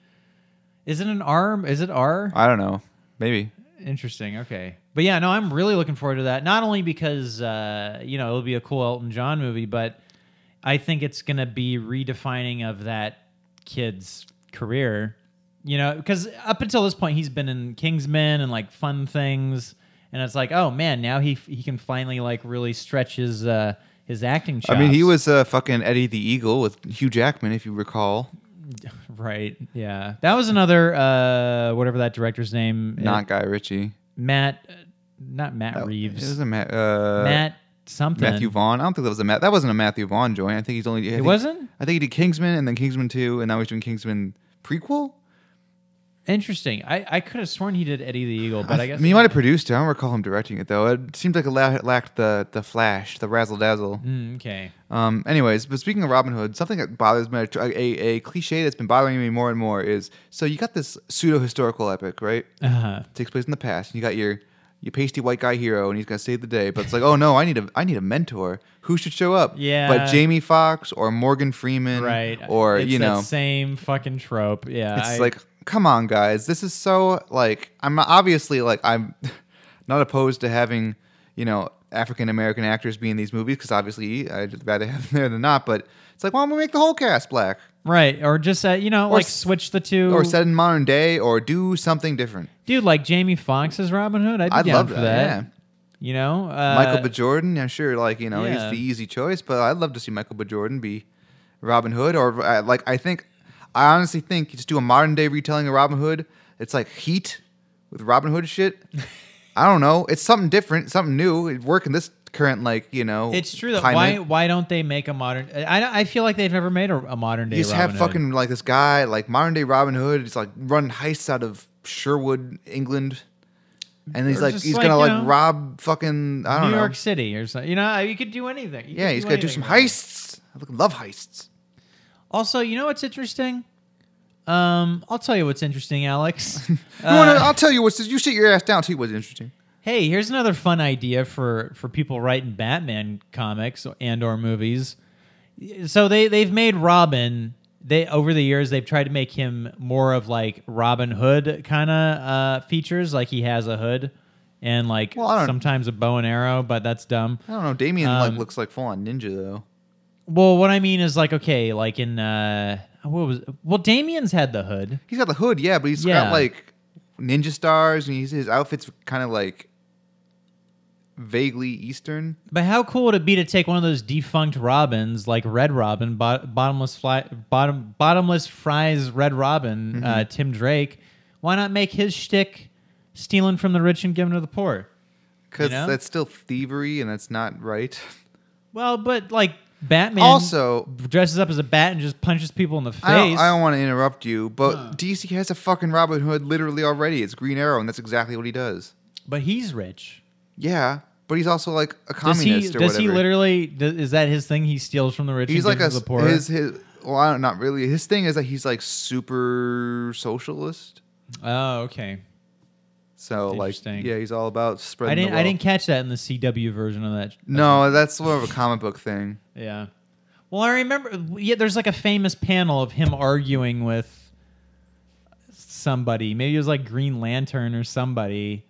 Speaker 2: Is it an R? Is it R?
Speaker 1: I don't know, maybe.
Speaker 2: Interesting. Okay. But yeah, no, I'm really looking forward to that. Not only because uh, you know it'll be a cool Elton John movie, but I think it's gonna be redefining of that kid's career. You know, because up until this point he's been in Kingsman and like fun things, and it's like, oh man, now he he can finally like really stretch his uh, his acting. Chops.
Speaker 1: I mean, he was uh, fucking Eddie the Eagle with Hugh Jackman, if you recall.
Speaker 2: right. Yeah, that was another uh, whatever that director's name, is.
Speaker 1: Not Guy Ritchie.
Speaker 2: Matt, uh, not Matt
Speaker 1: It
Speaker 2: Reeves,
Speaker 1: was a Ma- uh,
Speaker 2: Matt something.
Speaker 1: Matthew Vaughn. I don't think that was a Matt. That wasn't a Matthew Vaughn joint. I think he's only. I
Speaker 2: It
Speaker 1: think,
Speaker 2: wasn't?
Speaker 1: I think he did Kingsman and then Kingsman Two, and now he's doing Kingsman prequel.
Speaker 2: Interesting. I, I could have sworn he did Eddie the Eagle, but I,
Speaker 1: I
Speaker 2: guess
Speaker 1: mean, he might have produced it. I don't recall him directing it though. It seemed like it la- lacked the the flash, the razzle dazzle.
Speaker 2: Mm, okay.
Speaker 1: Um, anyways, but speaking of Robin Hood, something that bothers me, a, a cliche that's been bothering me more and more is so you got this pseudo historical epic, right?
Speaker 2: Uh-huh.
Speaker 1: takes place in the past, and you got your your pasty white guy hero, and he's gonna save the day. But it's like, oh no, I need a I need a mentor. Who should show up?
Speaker 2: Yeah.
Speaker 1: but Jamie Foxx or Morgan Freeman,
Speaker 2: Right.
Speaker 1: Or
Speaker 2: It's
Speaker 1: you
Speaker 2: that
Speaker 1: know,
Speaker 2: same fucking trope. Yeah.
Speaker 1: it's
Speaker 2: I-
Speaker 1: like, come on, guys, this is so like I'm obviously like I'm not opposed to having you know African American actors be in these movies because obviously I'd rather have them there than not. But it's like, why don't we make the whole cast black
Speaker 2: right. Or just uh, you know, like
Speaker 1: s-
Speaker 2: switch the two.
Speaker 1: or set in modern day or do something different?
Speaker 2: dude, like Jamie Foxx's Robin Hood. I'd be
Speaker 1: I'd
Speaker 2: down
Speaker 1: love
Speaker 2: for
Speaker 1: that. Yeah.
Speaker 2: that. You know, uh,
Speaker 1: Michael B. Jordan, yeah, sure, like you know,
Speaker 2: yeah.
Speaker 1: he's the easy choice, but I'd love to see Michael B. Jordan be Robin Hood, or uh, like I think, I honestly think you just do a modern day retelling of Robin Hood. It's like Heat with Robin Hood shit. I don't know. It's something different, something new. It work in this current like you know.
Speaker 2: It's true. That why
Speaker 1: climate.
Speaker 2: why don't they make a modern? I, I feel like they've never made a, a modern day.
Speaker 1: you just
Speaker 2: Robin
Speaker 1: have
Speaker 2: Hood.
Speaker 1: fucking like this guy like modern day Robin Hood. It's like run heists out of Sherwood, England, and he's
Speaker 2: Or
Speaker 1: like
Speaker 2: just,
Speaker 1: he's
Speaker 2: like,
Speaker 1: gonna
Speaker 2: you
Speaker 1: like
Speaker 2: know,
Speaker 1: rob fucking I
Speaker 2: New
Speaker 1: don't know.
Speaker 2: York City or something. You know, uh, you could do anything. You
Speaker 1: yeah,
Speaker 2: could
Speaker 1: he's gotta do some
Speaker 2: anything.
Speaker 1: heists. I fucking love heists.
Speaker 2: Also, you know what's interesting? Um, I'll tell you what's interesting, Alex.
Speaker 1: You wanna,
Speaker 2: Uh,
Speaker 1: I'll tell you what's you sit your ass down. Tell you what's interesting.
Speaker 2: hey, here's another fun idea for for people writing Batman comics and or movies. So they they've made Robin. They over the years they've tried to make him more of like Robin Hood kind of uh, features, like he has a hood and like
Speaker 1: Well, I don't-
Speaker 2: sometimes a bow and arrow, but that's dumb.
Speaker 1: I don't know. Damien
Speaker 2: Um,
Speaker 1: like looks like full on ninja though.
Speaker 2: Well, what I mean is like okay, like in uh, what was well, Damien's had the hood.
Speaker 1: He's got the hood, yeah, but he's
Speaker 2: Yeah.
Speaker 1: got like ninja stars, and he's, his outfit's kind of like vaguely Eastern.
Speaker 2: But how cool would it be to take one of those defunct robins, like Red Robin, bo- bottomless fly, bottom, bottomless fries, Red Robin,
Speaker 1: Mm-hmm.
Speaker 2: uh, Tim Drake? Why not make his shtick stealing from the rich and giving to the poor?
Speaker 1: Because
Speaker 2: You know?
Speaker 1: that's still thievery, and that's not right.
Speaker 2: Well, but like Batman
Speaker 1: also,
Speaker 2: dresses up as a bat and just punches people in the face.
Speaker 1: I don't, I don't want to interrupt you, but DC has a fucking Robin Hood literally already. It's Green Arrow, and that's exactly what he does.
Speaker 2: but he's rich.
Speaker 1: Yeah, but he's also like a
Speaker 2: Does
Speaker 1: communist
Speaker 2: he?
Speaker 1: or
Speaker 2: Does
Speaker 1: whatever.
Speaker 2: he literally? Does, is that his thing? He steals from the rich.
Speaker 1: he's
Speaker 2: and
Speaker 1: like
Speaker 2: gives
Speaker 1: a
Speaker 2: to the poor.
Speaker 1: his his well I don't, not really his thing is that he's like super socialist
Speaker 2: oh, okay.
Speaker 1: so
Speaker 2: That's
Speaker 1: like
Speaker 2: interesting.
Speaker 1: yeah he's all about spreading
Speaker 2: I
Speaker 1: the
Speaker 2: didn't. I
Speaker 1: wealth.
Speaker 2: didn't catch that in the CW version of that.
Speaker 1: no that's more of a comic book thing
Speaker 2: Yeah. Well, I remember. Yeah, there's like a famous panel of him arguing with somebody. Maybe it was like Green Lantern or somebody,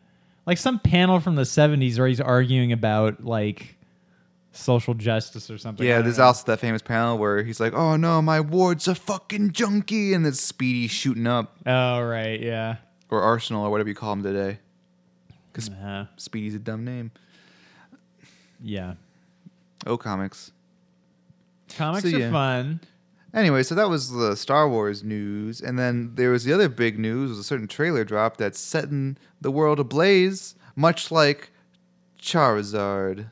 Speaker 2: like some panel from the '70s where he's arguing about like social justice or something. I
Speaker 1: yeah
Speaker 2: don't
Speaker 1: there's
Speaker 2: know.
Speaker 1: also that famous panel where he's like oh no my ward's a fucking junkie and it's speedy shooting up
Speaker 2: Oh right, yeah.
Speaker 1: or arsenal or whatever you call him today
Speaker 2: Uh,
Speaker 1: speedy's a dumb name
Speaker 2: yeah.
Speaker 1: oh comics
Speaker 2: Comics
Speaker 1: So, yeah.
Speaker 2: are fun.
Speaker 1: Anyway, so that was the Star Wars news, and then there was the other big news was a certain trailer drop that's setting the world ablaze, much like Charizard.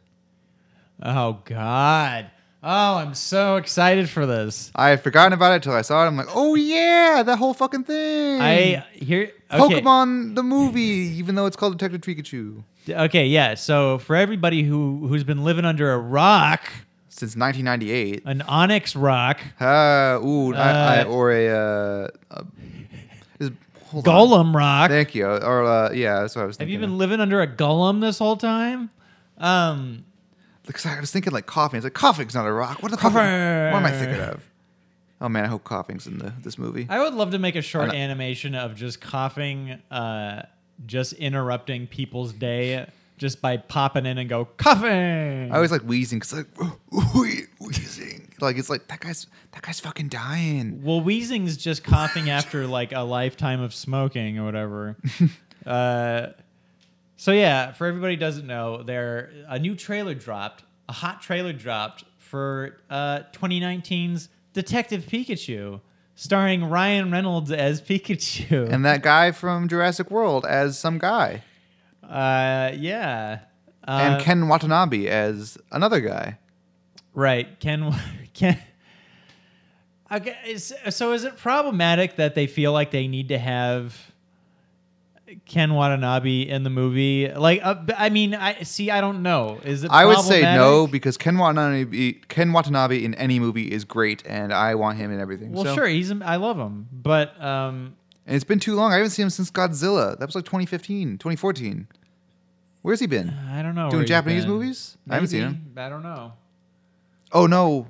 Speaker 2: Oh God. Oh, I'm so excited for this.
Speaker 1: I had forgotten about it till I saw it. I'm like, oh yeah, that whole fucking thing.
Speaker 2: I here. Okay.
Speaker 1: Hmm. Pokemon the movie, even though it's called Detective Pikachu,
Speaker 2: Okay, yeah. So for everybody who who's been living under a rock,
Speaker 1: since 1998.
Speaker 2: an onyx rock,
Speaker 1: Ah, ooh, I, I,
Speaker 2: Uh,
Speaker 1: or a, uh, a is, hold on.
Speaker 2: golem rock.
Speaker 1: Thank you. Or uh, yeah, that's what I was
Speaker 2: Have
Speaker 1: thinking.
Speaker 2: you
Speaker 1: of.
Speaker 2: been living under a golem this whole time? Um,
Speaker 1: Because I was thinking like coughing. It's like coughing's not a rock. What the fuck? What am I thinking of? Oh man, I hope coughing's in the this movie.
Speaker 2: I would love to make a short
Speaker 1: I know.
Speaker 2: animation of just coughing, uh, just interrupting people's day just by popping in and go coughing.
Speaker 1: I always like wheezing because like whee- wheezing. Like it's like that guy's that guy's fucking dying.
Speaker 2: well, wheezing's just coughing after like a lifetime of smoking or whatever. uh, so yeah, for everybody who doesn't know, there a new trailer dropped, a hot trailer dropped for uh, 2019's Detective Pikachu, starring Ryan Reynolds as Pikachu.
Speaker 1: And that guy from Jurassic World as some guy,
Speaker 2: uh, yeah, uh,
Speaker 1: and Ken Watanabe as another guy.
Speaker 2: right, Ken, Ken. Okay, is, so is it problematic that they feel like they need to have Ken Watanabe in the movie? Like, uh, b- I mean, I see. I don't know. Is it?
Speaker 1: I would say no
Speaker 2: problematic?
Speaker 1: because Ken Watanabe, Ken Watanabe in any movie is great, and I want him in everything.
Speaker 2: Well,
Speaker 1: so.
Speaker 2: sure. He's. I love him, but um,
Speaker 1: And it's been too long. I haven't seen him since Godzilla. That was like 2015, 2014. Where's he been?
Speaker 2: I don't know. where
Speaker 1: Doing
Speaker 2: he's
Speaker 1: Japanese
Speaker 2: been.
Speaker 1: movies? I haven't seen
Speaker 2: Maybe.
Speaker 1: him.
Speaker 2: I don't know.
Speaker 1: Oh no,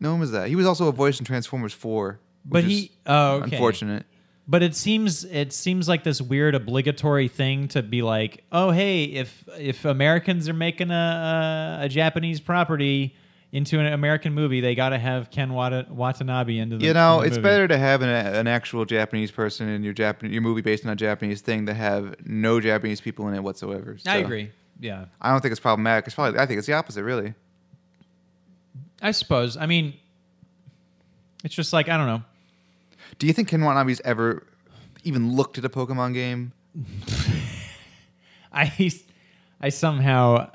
Speaker 1: no one was that. He was also a voice in Transformers Four.
Speaker 2: But
Speaker 1: which
Speaker 2: he.
Speaker 1: is
Speaker 2: Oh, okay.
Speaker 1: unfortunate.
Speaker 2: But it seems it seems like this weird obligatory thing to be like, oh hey, if if Americans are making a a, a Japanese property into an American movie, they got to have Ken Wata- Watanabe into the
Speaker 1: You know,
Speaker 2: in the
Speaker 1: it's
Speaker 2: movie.
Speaker 1: better to have an, an actual Japanese person in your Japan your movie based on a Japanese thing than have no Japanese people in it whatsoever.
Speaker 2: I
Speaker 1: So,
Speaker 2: agree. Yeah,
Speaker 1: I don't think it's problematic. It's probably I think it's the opposite, really.
Speaker 2: I suppose. I mean, it's just like I don't know.
Speaker 1: Do you think Ken Watanabe's ever even looked at a Pokemon game?
Speaker 2: I I somehow.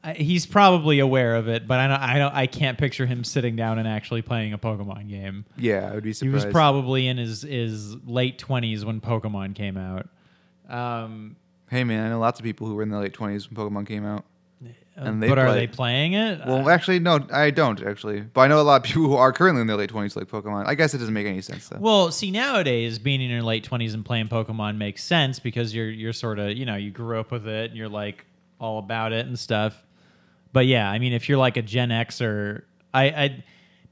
Speaker 2: I, he's probably aware of it, but I don't, I don't. I can't picture him sitting down and actually playing a Pokemon game.
Speaker 1: Yeah, I would be
Speaker 2: He
Speaker 1: surprised.
Speaker 2: was probably in his his late twenties when Pokemon came out. Um,
Speaker 1: hey man, I know lots of people who were in their late twenties when Pokemon came out. And they
Speaker 2: uh, but are
Speaker 1: play-
Speaker 2: they playing it?
Speaker 1: Well,
Speaker 2: Uh,
Speaker 1: actually, no, I don't actually. But I know a lot of people who are currently in their late twenties like Pokemon. I guess it doesn't make any sense though.
Speaker 2: well, see, nowadays being in your late twenties and playing Pokemon makes sense because you're you're sort of you know you grew up with it and you're like all about it and stuff. But yeah, I mean, if you're like a Gen Xer, I, I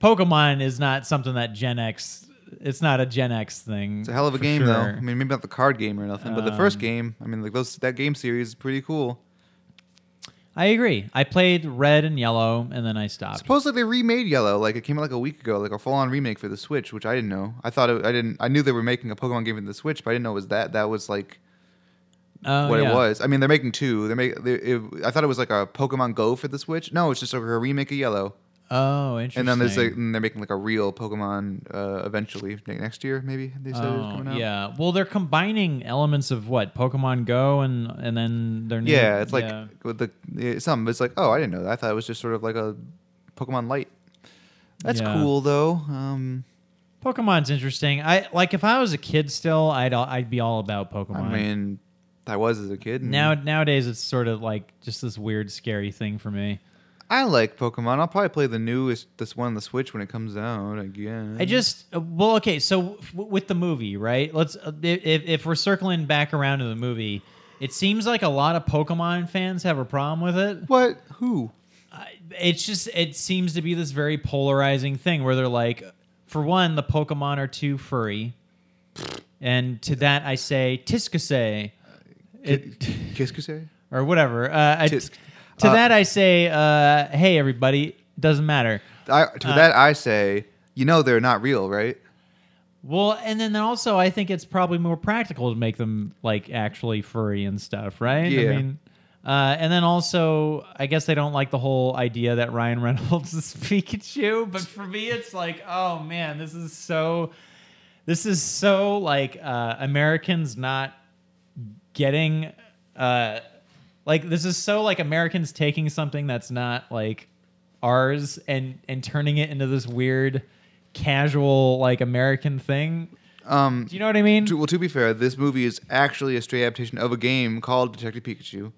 Speaker 2: Pokemon is not something that Gen X. It's not a Gen X thing.
Speaker 1: It's a hell of a
Speaker 2: for
Speaker 1: game though.
Speaker 2: sure.
Speaker 1: I mean, maybe not the card game or nothing, but the first
Speaker 2: Um,
Speaker 1: game. I mean, like those that game series is pretty cool.
Speaker 2: I agree. I played Red and Yellow, and then I stopped.
Speaker 1: Supposedly they remade Yellow. Like it came out like a week ago, like a full-on remake for the Switch, which I didn't know. I thought it, I didn't. I knew they were making a Pokemon game for the Switch, but I didn't know it was that. That was like
Speaker 2: Oh,
Speaker 1: what
Speaker 2: yeah.
Speaker 1: it was. I mean, they're making two. They're make. They, it, I thought it was like a Pokemon Go for the Switch. No, it's just like a remake of Yellow.
Speaker 2: Oh, interesting.
Speaker 1: And then there's like, and they're making like a real Pokemon uh, eventually ne- next year, maybe they said it was
Speaker 2: Oh,
Speaker 1: coming out.
Speaker 2: yeah. Well, they're combining elements of what Pokemon Go and and then their new,
Speaker 1: Yeah, it's like
Speaker 2: yeah.
Speaker 1: with the yeah, some. It's like, oh, I didn't know that. I thought it was just sort of like a Pokemon Light. That's
Speaker 2: Yeah.
Speaker 1: cool though. Um,
Speaker 2: Pokemon's interesting. I like if I was a kid still, I'd all- I'd be all about Pokemon.
Speaker 1: I mean, I was as a kid. and
Speaker 2: now nowadays it's sort of like just this weird scary thing for me.
Speaker 1: I like Pokemon. I'll probably play the newest, this one on the Switch when it comes out. I guess.
Speaker 2: I just uh, well, okay. So w- with the movie, right? Let's uh, i- if if we're circling back around to the movie, it seems like a lot of Pokemon fans have a problem with it.
Speaker 1: what? Who?
Speaker 2: I- it's just it seems to be this very polarizing thing where they're like for one the pokemon are too furry and to that i say tiskase it,
Speaker 1: Kiskuse?
Speaker 2: or whatever uh, I,
Speaker 1: Tisk.
Speaker 2: to
Speaker 1: Uh,
Speaker 2: that i say uh, hey everybody doesn't matter
Speaker 1: I, to
Speaker 2: Uh,
Speaker 1: that I say, you know they're not real, right?
Speaker 2: well and then also i think it's probably more practical to make them like actually furry and stuff right
Speaker 1: Yeah.
Speaker 2: i mean uh, and then also, I guess they don't like the whole idea that Ryan Reynolds is Pikachu. But for me, it's like, oh man, this is so, this is so like uh, Americans not getting, uh, like this is so like Americans taking something that's not like ours and and turning it into this weird, casual like American thing.
Speaker 1: Um,
Speaker 2: Do you know what I mean?
Speaker 1: to- well, to be fair, this movie is actually a straight adaptation of a game called Detective Pikachu.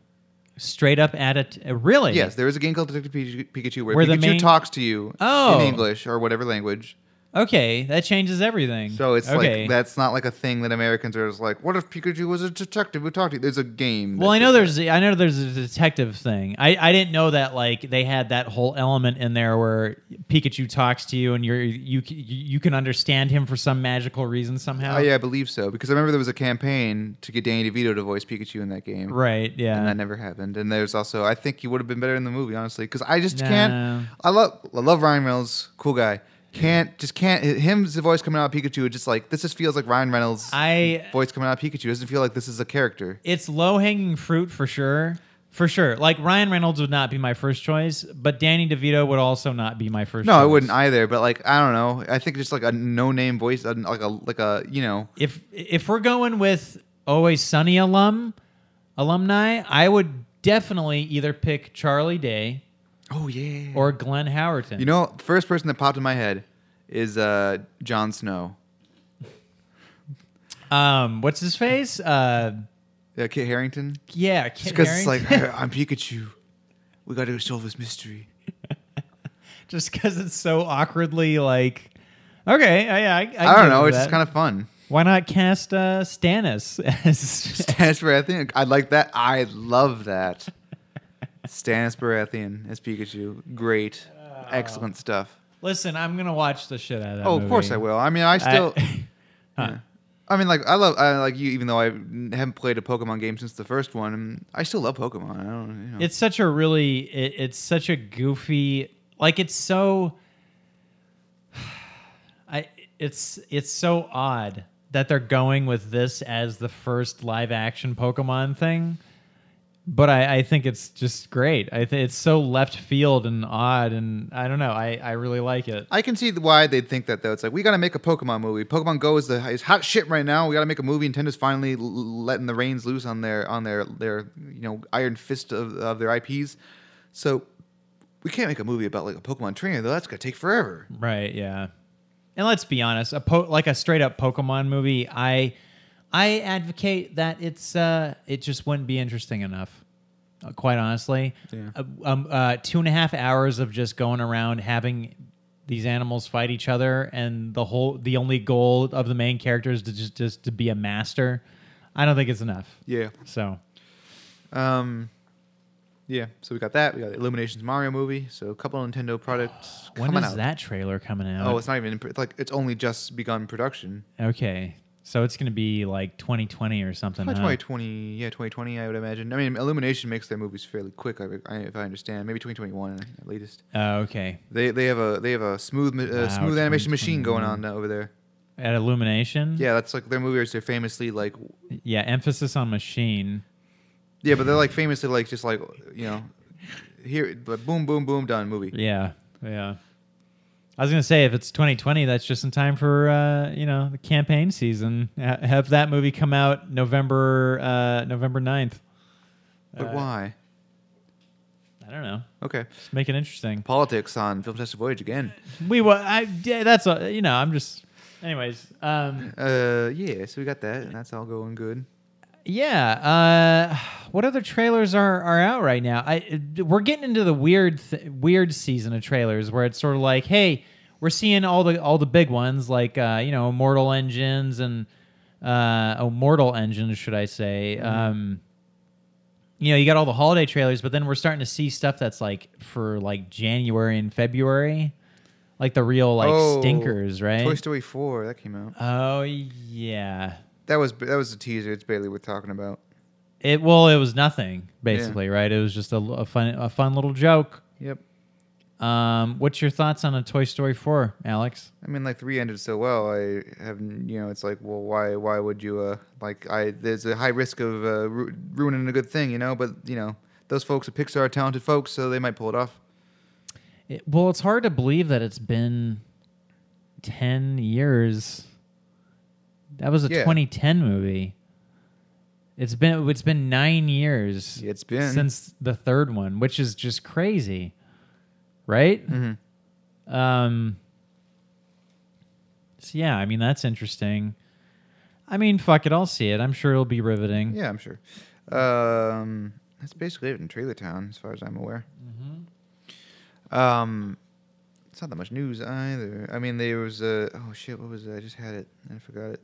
Speaker 2: Straight up at it, really?
Speaker 1: Yes, there is a game called Detective Pikachu- Pikachu where,
Speaker 2: Where the
Speaker 1: Pikachu
Speaker 2: main-
Speaker 1: talks to you
Speaker 2: Oh.
Speaker 1: in English or whatever language.
Speaker 2: Okay, that changes everything.
Speaker 1: So it's
Speaker 2: okay.
Speaker 1: like that's not like a thing that Americans are just like, what if Pikachu was a detective who talked to you? There's a game.
Speaker 2: Well, I
Speaker 1: that's
Speaker 2: know
Speaker 1: just-
Speaker 2: there's I know there's a detective thing. I, I didn't know that like they had that whole element in there where Pikachu talks to you and you're you c- you can understand him for some magical reason somehow.
Speaker 1: Oh yeah, I believe so because I remember there was a campaign to get Danny DeVito to voice Pikachu in that game.
Speaker 2: Right. Yeah.
Speaker 1: And that never happened. And there's also, I think he would have been better in the movie, honestly, because I just
Speaker 2: No.
Speaker 1: can't. I love, I love Ryan Reynolds, cool guy. Can't just can't him's voice coming out of Pikachu. It's just like this just feels like Ryan Reynolds'
Speaker 2: I
Speaker 1: voice coming out of Pikachu. It doesn't feel like this is a character.
Speaker 2: it's low hanging fruit for sure. For sure. Like Ryan Reynolds would not be my first choice, but Danny DeVito would also not be my first
Speaker 1: No,
Speaker 2: choice.
Speaker 1: I wouldn't either. But like, I don't know. I think just like a no-name voice, uh, like a like a you know.
Speaker 2: if if we're going with always sunny alum alumni, I would definitely either pick Charlie Day
Speaker 1: Oh yeah.
Speaker 2: or Glenn Howerton.
Speaker 1: You know, the first person that popped in my head is uh Jon Snow.
Speaker 2: Um, what's his face? Uh,
Speaker 1: Yeah, Kit Harrington.
Speaker 2: yeah, Kit
Speaker 1: Because it's
Speaker 2: Harington.
Speaker 1: like I'm Pikachu. We got to solve this mystery.
Speaker 2: just because it's so awkwardly like. Okay, I, I, I,
Speaker 1: I don't know. It's just kind of fun.
Speaker 2: Why not cast uh, Stannis as
Speaker 1: Stannis Baratheon. I like that. I love that. Stannis Baratheon as Pikachu. Great, excellent stuff.
Speaker 2: Listen, I'm gonna watch the shit out of that.
Speaker 1: Oh, of course I
Speaker 2: movie.
Speaker 1: will. I mean, I still.
Speaker 2: I- Huh.
Speaker 1: I mean, like I love, I like you. Even though I haven't played a Pokemon game since the first one, I still love Pokemon. I don't, you know.
Speaker 2: It's such a really. It, it's such a goofy. Like it's so. I. It's it's so odd that they're going with this as the first live action Pokemon thing, but I, I think it's just great. I think it's so left field and odd, and I don't know. I, I really like it.
Speaker 1: I can see why they'd think that though. It's like we got to make a Pokemon movie. Pokemon Go is the is hot shit right now. We got to make a movie. Nintendo's finally l- letting the reins loose on their on their their you know iron fist of, of their IPs. So we can't make a movie about like a Pokemon trainer though. That's gonna take forever.
Speaker 2: Right. Yeah. And let's be honest, a po- like a straight up Pokemon movie, I I advocate that it's uh it just wouldn't be interesting enough. uh, Quite honestly,
Speaker 1: Yeah.
Speaker 2: Uh, um, uh, two and a half hours of just going around having these animals fight each other, and the whole the only goal of the main character is to just just to be a master. I don't think it's enough.
Speaker 1: Yeah.
Speaker 2: So
Speaker 1: Um. Yeah. So we got that. We got Illumination's Mario movie. So a couple of Nintendo products
Speaker 2: when is
Speaker 1: coming out.
Speaker 2: that trailer coming out?
Speaker 1: Oh, it's not even. in pr- It's like it's only just begun production.
Speaker 2: okay, so it's going to be like 2020 or something.
Speaker 1: Probably
Speaker 2: huh?
Speaker 1: 2020, yeah, 2020, I would imagine. I mean, Illumination makes their movies fairly quick, I, I, if I understand. Maybe 2021 at latest.
Speaker 2: Oh, okay.
Speaker 1: They they have a they have a smooth ma- uh,
Speaker 2: Wow,
Speaker 1: smooth animation machine going on
Speaker 2: 2021.
Speaker 1: uh, over there.
Speaker 2: At Illumination?
Speaker 1: Yeah, that's like their movies. They're famously like
Speaker 2: Yeah, emphasis on machine.
Speaker 1: yeah, but they're like famously like just like you know here but boom boom boom done movie.
Speaker 2: Yeah, yeah. I was going to say, if it's 2020, that's just in time for, uh, you know, the campaign season. Ha- Have that movie come out November uh, November 9th.
Speaker 1: But
Speaker 2: Uh,
Speaker 1: why?
Speaker 2: I don't know.
Speaker 1: Okay,
Speaker 2: Just make it interesting.
Speaker 1: politics on Film Festival Voyage again.
Speaker 2: We were, I, yeah, that's, a, you know, I'm just, anyways. Um,
Speaker 1: Uh, yeah, so we got that, and that's all going good.
Speaker 2: yeah. Uh, what other trailers are, are out right now? I We're getting into the weird, th- weird season of trailers where it's sort of like, hey, we're seeing all the all the big ones like uh, you know Immortal Engines and uh, oh Mortal Engines should I say?
Speaker 1: Mm-hmm.
Speaker 2: Um, you know, you got all the holiday trailers, but then we're starting to see stuff that's like for like January and February, like the real like
Speaker 1: Oh,
Speaker 2: stinkers, right?
Speaker 1: Toy Story 4 that came out.
Speaker 2: oh yeah.
Speaker 1: That was that was a teaser. It's barely worth talking about.
Speaker 2: It well, it was nothing basically, right? It was just a, l- a fun a fun little joke.
Speaker 1: Yep.
Speaker 2: Um, what's your thoughts on a Toy Story four, Alex?
Speaker 1: I mean, like three ended so well. I have, you know, it's like, well, why, why would you, uh, like, I, there's a high risk of uh, ru- ruining a good thing, you know. But you know, those folks at Pixar are talented folks, so they might pull it off.
Speaker 2: It, well, it's hard to believe that it's been 10 years. That was a
Speaker 1: Yeah.
Speaker 2: 2010 movie. It's been it's been 9 years
Speaker 1: It's been
Speaker 2: since the third one, which is just crazy. Right?
Speaker 1: Mhm.
Speaker 2: Um So yeah, I mean that's interesting. I mean, fuck it, I'll see it. I'm sure it'll be riveting.
Speaker 1: Yeah, I'm sure. Um, that's basically it in Trailer Town, as far as I'm aware.
Speaker 2: Mm-hmm.
Speaker 1: Um, it's not that much news either. I mean, there was a oh shit, what was it? I just had it and I forgot it.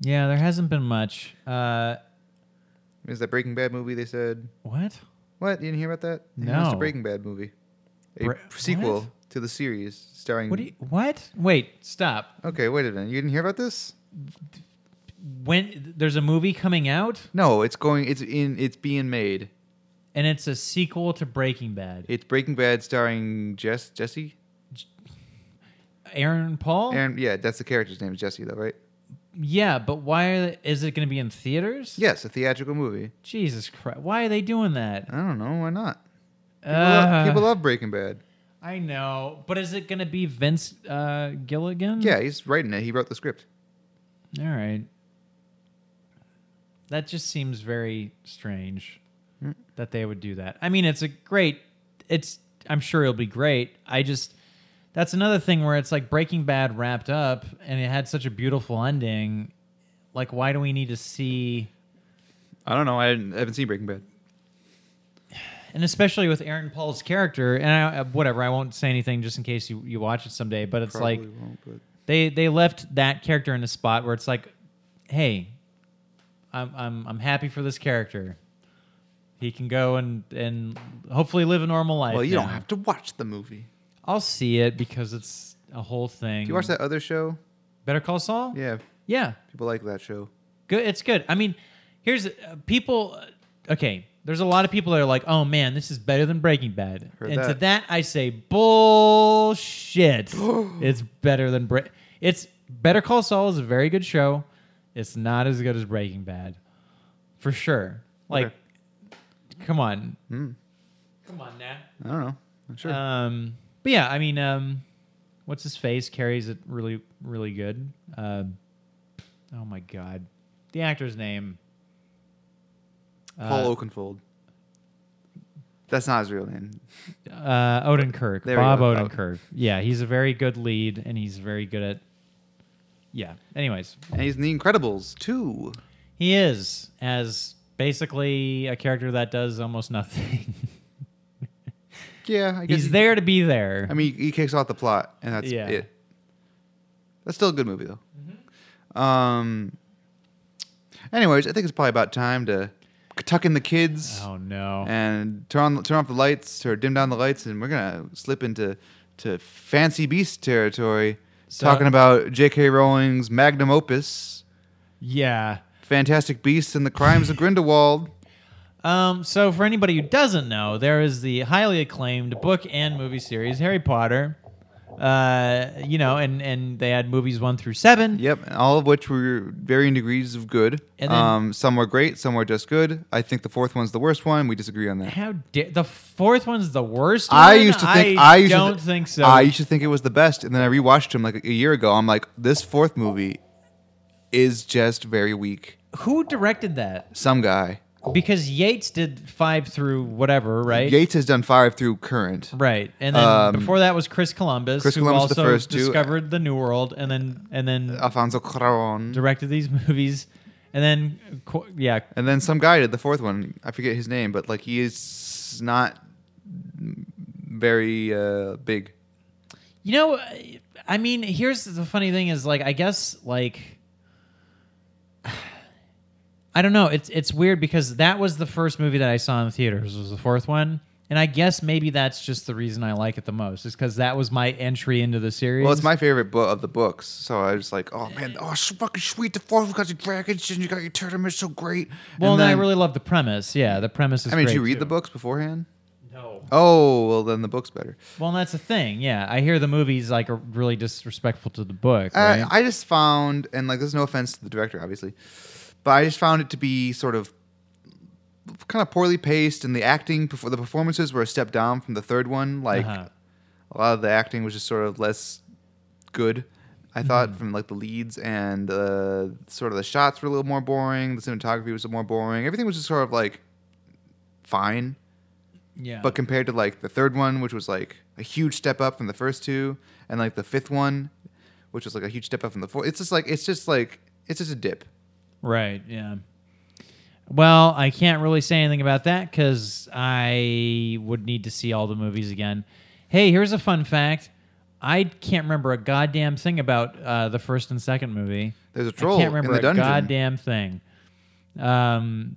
Speaker 2: Yeah, there hasn't been much. Uh
Speaker 1: It was that Breaking Bad movie they said?
Speaker 2: what?
Speaker 1: What? You didn't hear about that? They announced a
Speaker 2: No.
Speaker 1: Breaking Bad movie. A
Speaker 2: Bre-
Speaker 1: sequel
Speaker 2: what?
Speaker 1: to the series starring.
Speaker 2: What do you what? Wait, stop.
Speaker 1: Okay, wait a minute. You didn't hear about this?
Speaker 2: when there's a movie coming out
Speaker 1: No, it's going. It's in. It's being made.
Speaker 2: and it's a sequel to Breaking Bad.
Speaker 1: It's Breaking Bad starring Jess Jesse.
Speaker 2: Aaron Paul?
Speaker 1: Aaron, yeah, that's the character's name, is Jesse, though, right?
Speaker 2: Yeah, but why are they, is it going to be in theaters?
Speaker 1: Yes, a theatrical movie.
Speaker 2: Jesus Christ. Why are they doing that?
Speaker 1: I don't know why not. People,
Speaker 2: Uh,
Speaker 1: love, people love Breaking Bad.
Speaker 2: I know, but is it going to be Vince uh, Gilligan?
Speaker 1: Yeah, he's writing it. He wrote the script.
Speaker 2: All right. That just seems very strange
Speaker 1: Mm.
Speaker 2: that they would do that. I mean, it's a great it's I'm sure it'll be great. I just that's another thing where it's like Breaking Bad wrapped up and it had such a beautiful ending. Like, why do we need to see?
Speaker 1: I don't know. I hadn't- I haven't seen Breaking Bad.
Speaker 2: And especially with Aaron Paul's character, and I, uh, whatever, I won't say anything just in case you, you watch it someday. But it's like
Speaker 1: Probably won't, but-
Speaker 2: they they left that character in a spot where it's like, hey, I'm I'm I'm happy for this character. He can go and and hopefully live a normal life.
Speaker 1: well, you don't
Speaker 2: now.
Speaker 1: have to watch the movie.
Speaker 2: I'll see it because it's a whole thing.
Speaker 1: Do you watch that other show?
Speaker 2: Better Call Saul?
Speaker 1: Yeah,
Speaker 2: Yeah.
Speaker 1: people like that show.
Speaker 2: Good. It's good. I mean, here's uh, people. uh, Okay, there's a lot of people that are like, "Oh man, this is better than Breaking Bad,"
Speaker 1: Heard
Speaker 2: and to
Speaker 1: that.
Speaker 2: that I say, "Bullshit! it's better than Bre- It's Better Call Saul is a very good show. It's not as good as Breaking Bad, for sure. Like,
Speaker 1: Okay.
Speaker 2: come on,
Speaker 1: Hmm.
Speaker 2: come on, Nat.
Speaker 1: I don't know. I'm sure.
Speaker 2: Um, but yeah, I mean, um, what's his face carries it really, really good. Um oh my god, the actor's name. uh,
Speaker 1: Paul Oakenfold. That's not his real name.
Speaker 2: Uh, Odenkirk,
Speaker 1: There we
Speaker 2: Bob
Speaker 1: go. Oh.
Speaker 2: Odenkirk. Yeah, he's a very good lead, and he's very good at. Yeah. Anyways,
Speaker 1: And he's in The Incredibles too.
Speaker 2: he is as basically a character that does almost nothing.
Speaker 1: Yeah, I guess
Speaker 2: he's
Speaker 1: he-
Speaker 2: there to be there.
Speaker 1: I mean, he kicks off the plot, and that's
Speaker 2: Yeah.
Speaker 1: it. That's still a good movie though.
Speaker 2: Mm-hmm.
Speaker 1: Um. Anyways, I think it's probably about time to tuck in the kids
Speaker 2: oh no.
Speaker 1: and turn on, turn off the lights or dim down the lights, and we're gonna slip into to fancy beast territory,
Speaker 2: So-
Speaker 1: talking about J.K. Rowling's magnum opus,
Speaker 2: yeah.
Speaker 1: Fantastic Beasts and the Crimes of Grindelwald.
Speaker 2: Um, so, for anybody who doesn't know, there is the highly acclaimed book and movie series Harry Potter. Uh, you know, and and they had movies one through seven.
Speaker 1: Yep, and all of which were varying degrees of good.
Speaker 2: And then-
Speaker 1: um, some were great, some were just good. I think the fourth one's the worst one. We disagree on that.
Speaker 2: How dare the fourth one's the worst?
Speaker 1: I
Speaker 2: one?
Speaker 1: used to think I, used to
Speaker 2: don't
Speaker 1: thi-
Speaker 2: think so.
Speaker 1: I used to think it was the best, and then I rewatched him like a year ago. I'm like, this fourth movie is just very weak.
Speaker 2: Who directed that?
Speaker 1: Some guy
Speaker 2: Because Yates did five through whatever, right?
Speaker 1: Yates has done five through current.
Speaker 2: Right, and then
Speaker 1: Um,
Speaker 2: before that was Chris Columbus,
Speaker 1: Chris
Speaker 2: who
Speaker 1: Columbus
Speaker 2: also
Speaker 1: the first Uh, two.
Speaker 2: discovered the New World, and then and then
Speaker 1: Alfonso Cuarón,
Speaker 2: directed these movies, and then qu- yeah,
Speaker 1: and then some guy did the fourth one. I forget his name, but like he is not very uh, big.
Speaker 2: You know, I- I mean, here's the funny thing is like I guess like I don't know. It's it's weird because that was the first movie that I saw in the theaters. Was the fourth one. And I guess maybe that's just the reason I like it the most, is because that was my entry into the series.
Speaker 1: Well, it's my favorite book of the books, so I was like, "Oh man, oh it's fucking sweet! The fourth one got your dragons, and you got your tournament, so great."
Speaker 2: Well, and
Speaker 1: and
Speaker 2: I really love the premise. Yeah, the premise is.
Speaker 1: I mean, did
Speaker 2: great,
Speaker 1: you read
Speaker 2: too.
Speaker 1: the books beforehand?
Speaker 2: No.
Speaker 1: Oh, well, then the book's better.
Speaker 2: Well, that's the thing. Yeah, I hear the movies like are really disrespectful to the book.
Speaker 1: I
Speaker 2: Right?
Speaker 1: I just found, and like, there's no offense to the director, obviously, but I just found it to be sort of kind of poorly paced, and the acting, before the performances were a step down from the third one. Like,
Speaker 2: Uh-huh.
Speaker 1: a lot of the acting was just sort of less good. I
Speaker 2: Mm-hmm.
Speaker 1: thought from like the leads and uh, sort of the shots were a little more boring. The cinematography was more boring. Everything was just sort of like fine.
Speaker 2: yeah.
Speaker 1: But compared to like the third one, which was like a huge step up from the first two, and like the fifth one, which was like a huge step up from the fourth, it's just like it's just like it's just a dip.
Speaker 2: Right. Yeah. Well, I can't really say anything about that because I would need to see all the movies again. Hey, here's a fun fact. I can't remember a goddamn thing about uh, the first and second movie.
Speaker 1: There's a
Speaker 2: I
Speaker 1: troll
Speaker 2: can't
Speaker 1: in
Speaker 2: remember
Speaker 1: the
Speaker 2: a
Speaker 1: dungeon.
Speaker 2: goddamn thing. Um,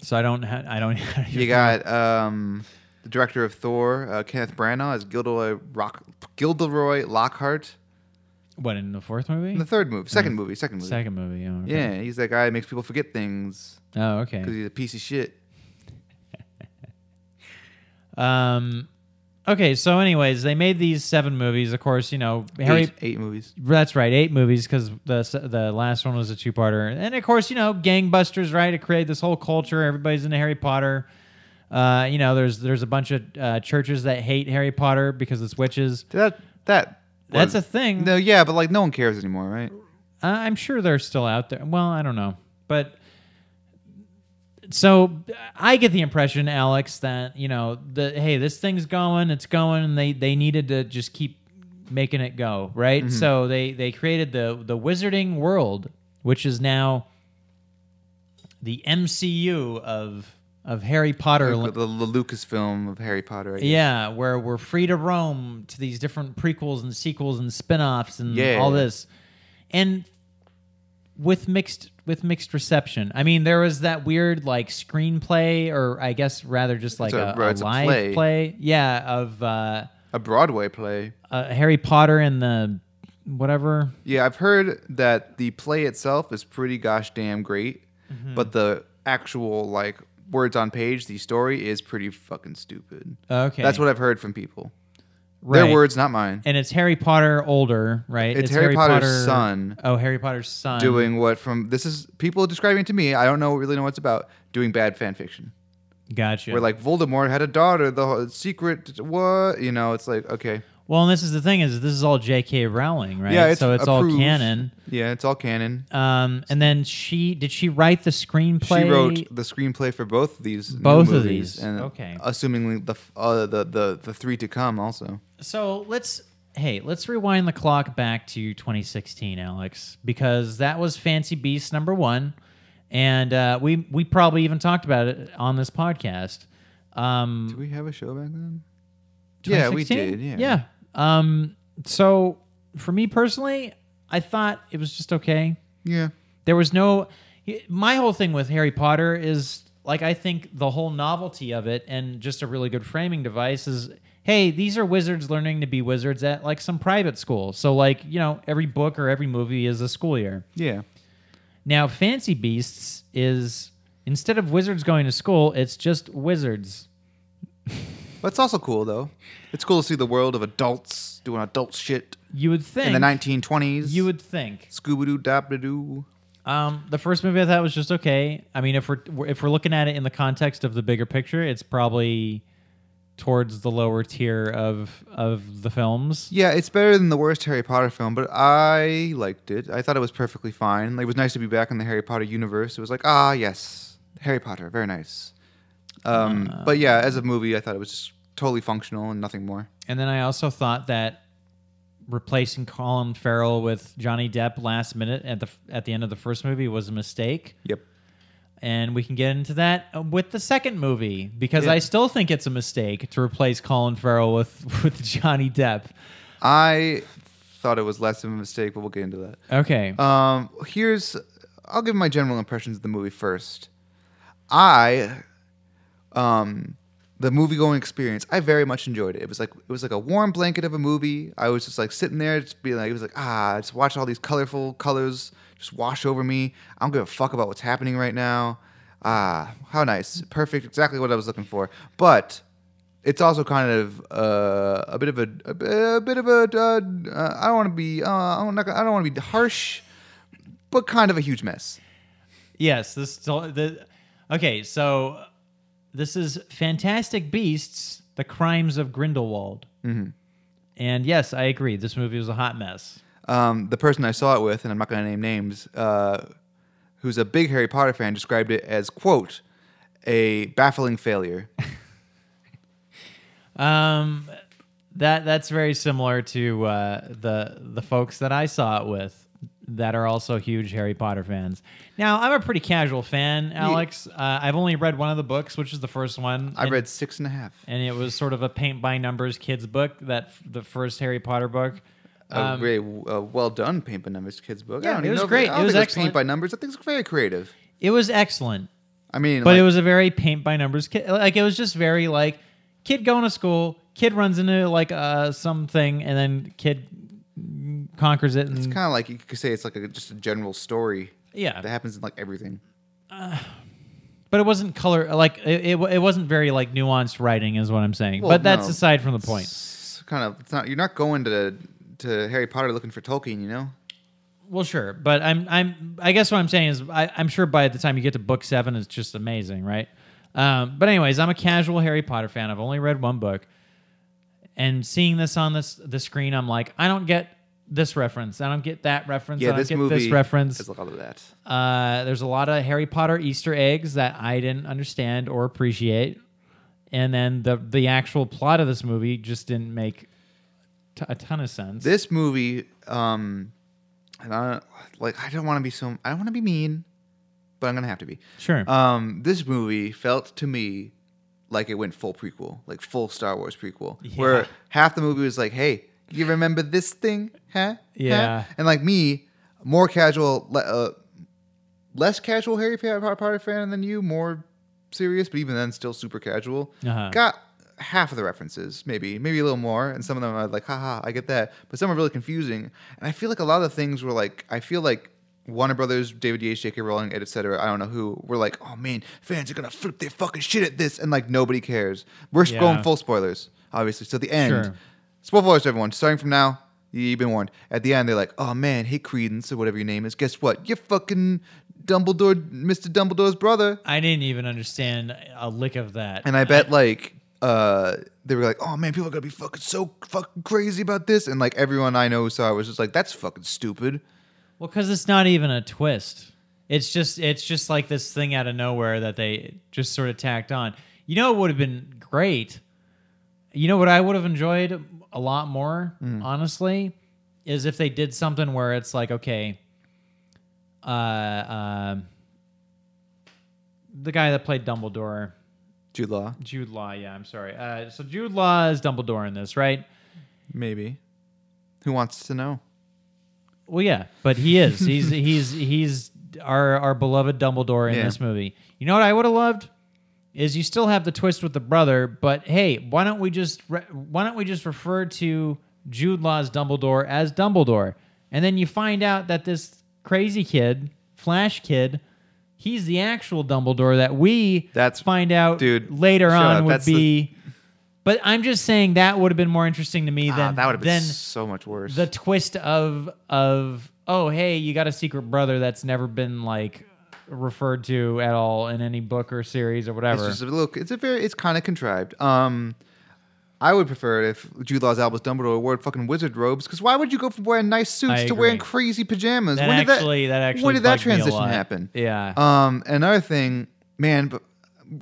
Speaker 2: so I don't. Ha- I don't.
Speaker 1: You got um, the director of Thor, uh, Kenneth Branagh, as Gilderoy, Rock- Gilderoy Lockhart
Speaker 2: what in the fourth movie?
Speaker 1: in the third movie, second movie, second movie.
Speaker 2: Mm. second movie. Oh, okay.
Speaker 1: Yeah, he's that guy that makes people forget things
Speaker 2: Oh,
Speaker 1: because
Speaker 2: okay.
Speaker 1: he's a piece of shit.
Speaker 2: Um, okay. So, anyways, they made these seven movies. Of course, you know Harry
Speaker 1: Eight, eight movies.
Speaker 2: That's right, eight movies because the the last one was a two parter, and of course, you know, gangbusters, right? To create this whole culture, everybody's into Harry Potter. Uh, you know, there's there's a bunch of uh, churches that hate Harry Potter because it's witches.
Speaker 1: That that
Speaker 2: That's a
Speaker 1: was-
Speaker 2: thing.
Speaker 1: No, yeah, but like no one cares anymore, right?
Speaker 2: Uh, I'm sure they're still out there. Well, I don't know, but so I get the impression, Alex, that you know, the hey, this thing's going, it's going, and they they needed to just keep making it go right. So they they created the the Wizarding World, which is now the MCU of of Harry Potter.
Speaker 1: The, the Lucasfilm of Harry Potter. I guess.
Speaker 2: Yeah, where we're free to roam to these different prequels and sequels and spin-offs and
Speaker 1: Yeah.
Speaker 2: all this. And with mixed with mixed reception. I mean, there was that weird like screenplay or I guess rather just like
Speaker 1: a-
Speaker 2: a, a
Speaker 1: it's a
Speaker 2: live play.
Speaker 1: play.
Speaker 2: Yeah, of uh,
Speaker 1: A Broadway play.
Speaker 2: uh Harry Potter and the whatever.
Speaker 1: Yeah, I've heard that the play itself is pretty gosh damn great,
Speaker 2: Mm-hmm.
Speaker 1: but the actual like words on page, the story is pretty fucking stupid.
Speaker 2: Okay.
Speaker 1: That's what I've heard from people.
Speaker 2: Right.
Speaker 1: Their words, not mine.
Speaker 2: and it's Harry Potter older, right?
Speaker 1: It's Harry Potter's son.
Speaker 2: Oh, Harry Potter's son.
Speaker 1: doing what from this is people describing it to me. I don't know really know what's about doing bad fan fiction.
Speaker 2: Gotcha.
Speaker 1: Where like Voldemort had a daughter, the whole secret what you know. It's like okay,
Speaker 2: Well, and this is the thing is this is all J.K. Rowling, right?
Speaker 1: Yeah, it's
Speaker 2: so it's all
Speaker 1: approved.
Speaker 2: canon.
Speaker 1: yeah, it's all canon.
Speaker 2: Um, and then she did she write the screenplay?
Speaker 1: She wrote the screenplay for both of these, new
Speaker 2: Both of
Speaker 1: movies,
Speaker 2: these,
Speaker 1: and
Speaker 2: okay.
Speaker 1: assumingly the f- uh, the the the three to come also.
Speaker 2: So let's hey let's rewind the clock back to 2016, Alex, because that was Fancy Beast number one, and uh, we we probably even talked about it on this podcast. Um,
Speaker 1: Did we have a show back then? Yeah, we
Speaker 2: 2016?
Speaker 1: did, yeah.
Speaker 2: yeah. Um, so for me personally, I thought it was just okay.
Speaker 1: Yeah,
Speaker 2: There was no. My whole thing with Harry Potter is like I think the whole novelty of it and just a really good framing device is hey these are wizards learning to be wizards at like some private school so like you know every book or every movie is a school year
Speaker 1: yeah.
Speaker 2: now fancy beasts is instead of wizards going to school it's just wizards
Speaker 1: That's also cool though. It's cool to see the world of adults doing adult shit
Speaker 2: you would think
Speaker 1: in the 1920s.
Speaker 2: you would think
Speaker 1: Scooby Doo Dop Doo.
Speaker 2: Um, the first movie I thought was just okay. I mean, if we're if we're looking at it in the context of the bigger picture, it's probably towards the lower tier of of the films.
Speaker 1: Yeah, it's better than the worst Harry Potter film, but I liked it. I thought it was perfectly fine. It was nice to be back in the Harry Potter universe. It was like, ah, yes, Harry Potter, very nice. Um, but yeah, as a movie, I thought it was just totally functional and nothing more.
Speaker 2: And then I also thought that replacing Colin Farrell with Johnny Depp last minute at the at the end of the first movie was a mistake.
Speaker 1: Yep.
Speaker 2: And we can get into that uh, with the second movie because
Speaker 1: Yeah.
Speaker 2: I still think it's a mistake to replace Colin Farrell with with Johnny Depp.
Speaker 1: I thought it was less of a mistake, but we'll get into that.
Speaker 2: Okay.
Speaker 1: Um, here's I'll give my general impressions of the movie first. I um the movie going experience, I very much enjoyed it. It was like it was like a warm blanket of a movie. I was just like sitting there, just being like, it was like ah, just watch all these colorful colors just wash over me. I don't give a fuck about what's happening right now. Ah, how nice, perfect, exactly what I was looking for. But it's also kind of uh, a bit of a, a bi- a bit of a uh, uh, I don't want to be uh, I'm not, gonna- I don't want to be harsh, but kind of a huge mess.
Speaker 2: Yes, this the okay. So this is Fantastic Beasts: The Crimes of Grindelwald. Mm-hmm. And yes, I agree. This movie was a hot mess.
Speaker 1: Um, the person I saw it with, and I'm not going to name names, uh, who's a big Harry Potter fan, described it as quote a baffling failure.
Speaker 2: Um, that that's very similar to uh, the the folks that I saw it with that are also huge Harry Potter fans. Now, I'm a pretty casual fan, Alex. Uh, I've only read one of the books, which is the first one.
Speaker 1: I
Speaker 2: and-
Speaker 1: read six and a half.
Speaker 2: and it was sort of a paint by numbers kids book that f- the first Harry Potter book.
Speaker 1: A really uh, well done paint by numbers kids book.
Speaker 2: Um, Yeah,
Speaker 1: I don't
Speaker 2: it
Speaker 1: even
Speaker 2: was
Speaker 1: know if
Speaker 2: great.
Speaker 1: I
Speaker 2: It
Speaker 1: don't
Speaker 2: was
Speaker 1: think
Speaker 2: excellent.
Speaker 1: paint by numbers. I think it's very creative.
Speaker 2: It was excellent.
Speaker 1: I mean,
Speaker 2: But
Speaker 1: like,
Speaker 2: it was a very paint by numbers kid. Like it was just very like kid going to school, kid runs into like uh something, and then kid conquers it.
Speaker 1: it's
Speaker 2: And
Speaker 1: kind of like you could say it's like a, just a general story that
Speaker 2: yeah,
Speaker 1: happens in like everything.
Speaker 2: but it wasn't color like it, it. It wasn't very like nuanced writing, is what I'm saying.
Speaker 1: Well,
Speaker 2: but that's
Speaker 1: no.
Speaker 2: aside from the point.
Speaker 1: It's kind of it's not you're not going to to Harry Potter looking for Tolkien, you know?
Speaker 2: Well, sure, but I'm I'm I guess what I'm saying is I, I'm sure by the time you get to book seven, it's just amazing, right? Um, but anyways, I'm a casual Harry Potter fan. I've only read one book, and seeing this on this the screen, I'm like, I don't get this reference. I don't get that reference. I
Speaker 1: Yeah,
Speaker 2: don't
Speaker 1: this
Speaker 2: get
Speaker 1: movie
Speaker 2: this reference.
Speaker 1: is a lot of that.
Speaker 2: Uh, there's a lot of Harry Potter Easter eggs that I didn't understand or appreciate, and then the the actual plot of this movie just didn't make t- a ton of sense.
Speaker 1: This movie, um, and I, like I don't want to be so I don't want to be mean, but I'm gonna have to be.
Speaker 2: sure.
Speaker 1: Um, this movie felt to me like it went full prequel, like full Star Wars prequel,
Speaker 2: Yeah.
Speaker 1: where half the movie was like, "Hey, you remember this thing, huh? Huh?"
Speaker 2: Yeah.
Speaker 1: And like me, more casual, le- uh, less casual Harry Potter Potter fan than you, more serious, but even then, still super casual.
Speaker 2: Uh-huh.
Speaker 1: Got half of the references, maybe, maybe a little more, and some of them are like, haha, I get that, but some are really confusing. And I feel like a lot of the things were like, I feel like Warner Brothers, David Yates, J.K. Rowling, et cetera, I don't know who, were like, oh man, fans are gonna flip their fucking shit at this, and like nobody cares. We're
Speaker 2: Yeah.
Speaker 1: going full spoilers, obviously. So the end,
Speaker 2: Sure.
Speaker 1: spoilers, to everyone, starting from now. You've been warned. At the end, they're like, "Oh man, hey Credence or whatever your name is. Guess what? You're fucking Dumbledore, Mr. Dumbledore's brother."
Speaker 2: I didn't even understand a lick of that.
Speaker 1: And I bet like uh they were like, "Oh man, people are gonna be fucking so fucking crazy about this," and like everyone I know who saw it was just like, "That's fucking stupid."
Speaker 2: Well, because it's not even a twist. It's just it's just like this thing out of nowhere that they just sort of tacked on. You know, it would have been great. You know what I would have enjoyed a lot more,
Speaker 1: Mm.
Speaker 2: honestly, is if they did something where it's like, okay, uh, uh, the guy that played Dumbledore,
Speaker 1: Jude Law,
Speaker 2: Jude Law. Yeah, I'm sorry. Uh, so Jude Law is Dumbledore in this, right?
Speaker 1: maybe. Who wants to know?
Speaker 2: Well, yeah, but he is. He's he's he's our our beloved Dumbledore in
Speaker 1: Yeah.
Speaker 2: this movie. You know what I would have loved is you still have the twist with the brother, but hey, why don't we just re- why don't we just refer to Jude Law's Dumbledore as Dumbledore, and then you find out that this crazy kid, Flash kid. He's the actual Dumbledore that we
Speaker 1: That's-
Speaker 2: find out
Speaker 1: dude,
Speaker 2: later
Speaker 1: shut
Speaker 2: on
Speaker 1: up.
Speaker 2: would
Speaker 1: That's the-
Speaker 2: be. But I'm just saying that would have been more interesting to me
Speaker 1: Ah,
Speaker 2: than
Speaker 1: that would have been
Speaker 2: than
Speaker 1: so much worse.
Speaker 2: the twist of of oh hey you got a secret brother that's never been like referred to at all in any book or series or
Speaker 1: it's
Speaker 2: whatever
Speaker 1: just a look. It's a very. It's kind of contrived. Um. I would prefer it if Jude Law's Albus Dumbledore wore fucking wizard robes, because why would you go from wearing nice suits
Speaker 2: I
Speaker 1: to wearing
Speaker 2: agree.
Speaker 1: crazy pajamas?
Speaker 2: that
Speaker 1: when did
Speaker 2: actually that, actually
Speaker 1: when did that
Speaker 2: bugged me a
Speaker 1: transition
Speaker 2: lot.
Speaker 1: happen?
Speaker 2: yeah
Speaker 1: Um, another thing, man. But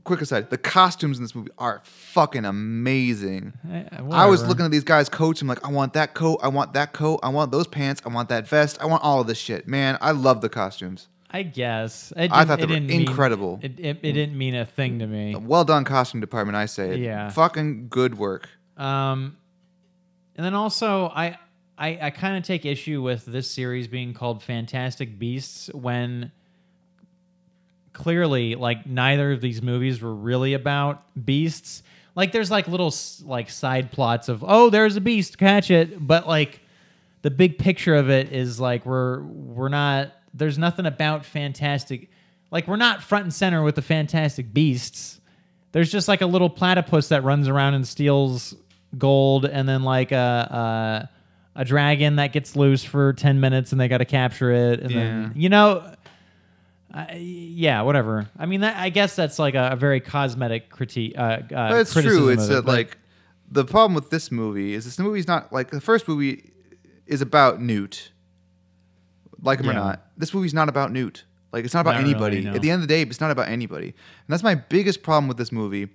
Speaker 1: quick aside, the costumes in this movie are fucking amazing. I was
Speaker 2: Eh, whatever.
Speaker 1: looking at these guys' coats. I'm like, I want that coat. I want that coat. I want those pants. I want that vest. I want all of this shit, man. I love the costumes.
Speaker 2: I guess it
Speaker 1: I
Speaker 2: didn't-
Speaker 1: thought
Speaker 2: it
Speaker 1: they were
Speaker 2: didn't mean-
Speaker 1: incredible.
Speaker 2: it, it, it didn't mean a thing to me
Speaker 1: Well done, costume department. I say, it.
Speaker 2: Yeah.
Speaker 1: fucking good work.
Speaker 2: Um, and then also, I I, I kind of take issue with this series being called Fantastic Beasts when clearly, like, neither of these movies were really about beasts. Like, there's like little s- like side plots of oh, there's a beast, catch it, but like the big picture of it is like we're we're not there's nothing about fantastic like we're not front and center with the fantastic beasts there's just like a little platypus that runs around and steals gold and then like a a, a dragon that gets loose for 10 minutes and they got to capture it and then you know I yeah, whatever. I mean, that, I guess that's like a, a very cosmetic critique. Uh, uh,
Speaker 1: But it's
Speaker 2: criticism
Speaker 1: true.
Speaker 2: of
Speaker 1: It's
Speaker 2: it,
Speaker 1: that
Speaker 2: but-
Speaker 1: like the problem with this movie is this movie's not like the first movie is about Newt, like him or
Speaker 2: Yeah.
Speaker 1: not. This movie's not about Newt. Like it's not about
Speaker 2: Not really,
Speaker 1: anybody.
Speaker 2: no.
Speaker 1: At the end of the day, it's not about anybody, and that's my biggest problem with this movie. It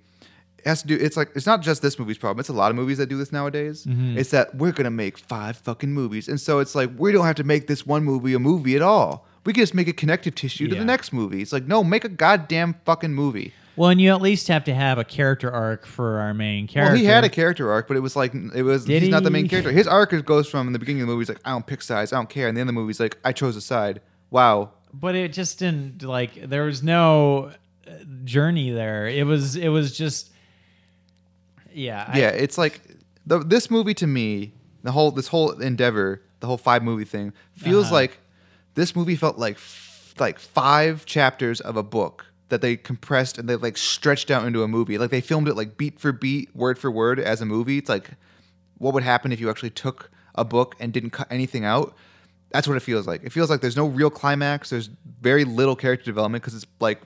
Speaker 1: has to do. It's like it's not just this movie's problem. It's a lot of movies that do this nowadays.
Speaker 2: Mm-hmm.
Speaker 1: It's that we're gonna make five fucking movies, and so it's like we don't have to make this one movie a movie at all. We can just make a connective tissue to
Speaker 2: Yeah.
Speaker 1: the next movie. It's like no, make a goddamn fucking movie.
Speaker 2: well, and you at least have to have a character arc for our main character.
Speaker 1: Well, he had a character arc, but it was like it was
Speaker 2: Did
Speaker 1: he's not the
Speaker 2: he?
Speaker 1: main character. His arc is- goes from in the beginning of the movie, he's like, I don't pick sides, I don't care. And the end of the movie, he's like, I chose a side. Wow.
Speaker 2: but it just didn't like there was no uh, journey there it was it was just yeah I-
Speaker 1: yeah, it's like the, this movie to me, the whole this whole endeavor, the whole five movie thing feels
Speaker 2: Uh-huh.
Speaker 1: like this movie felt like f- like five chapters of a book that they compressed and they like stretched out into a movie. Like they filmed it like beat for beat, word for word as a movie. It's like what would happen if you actually took a book and didn't cut anything out? That's what it feels like. It feels like there's no real climax. There's very little character development because it's like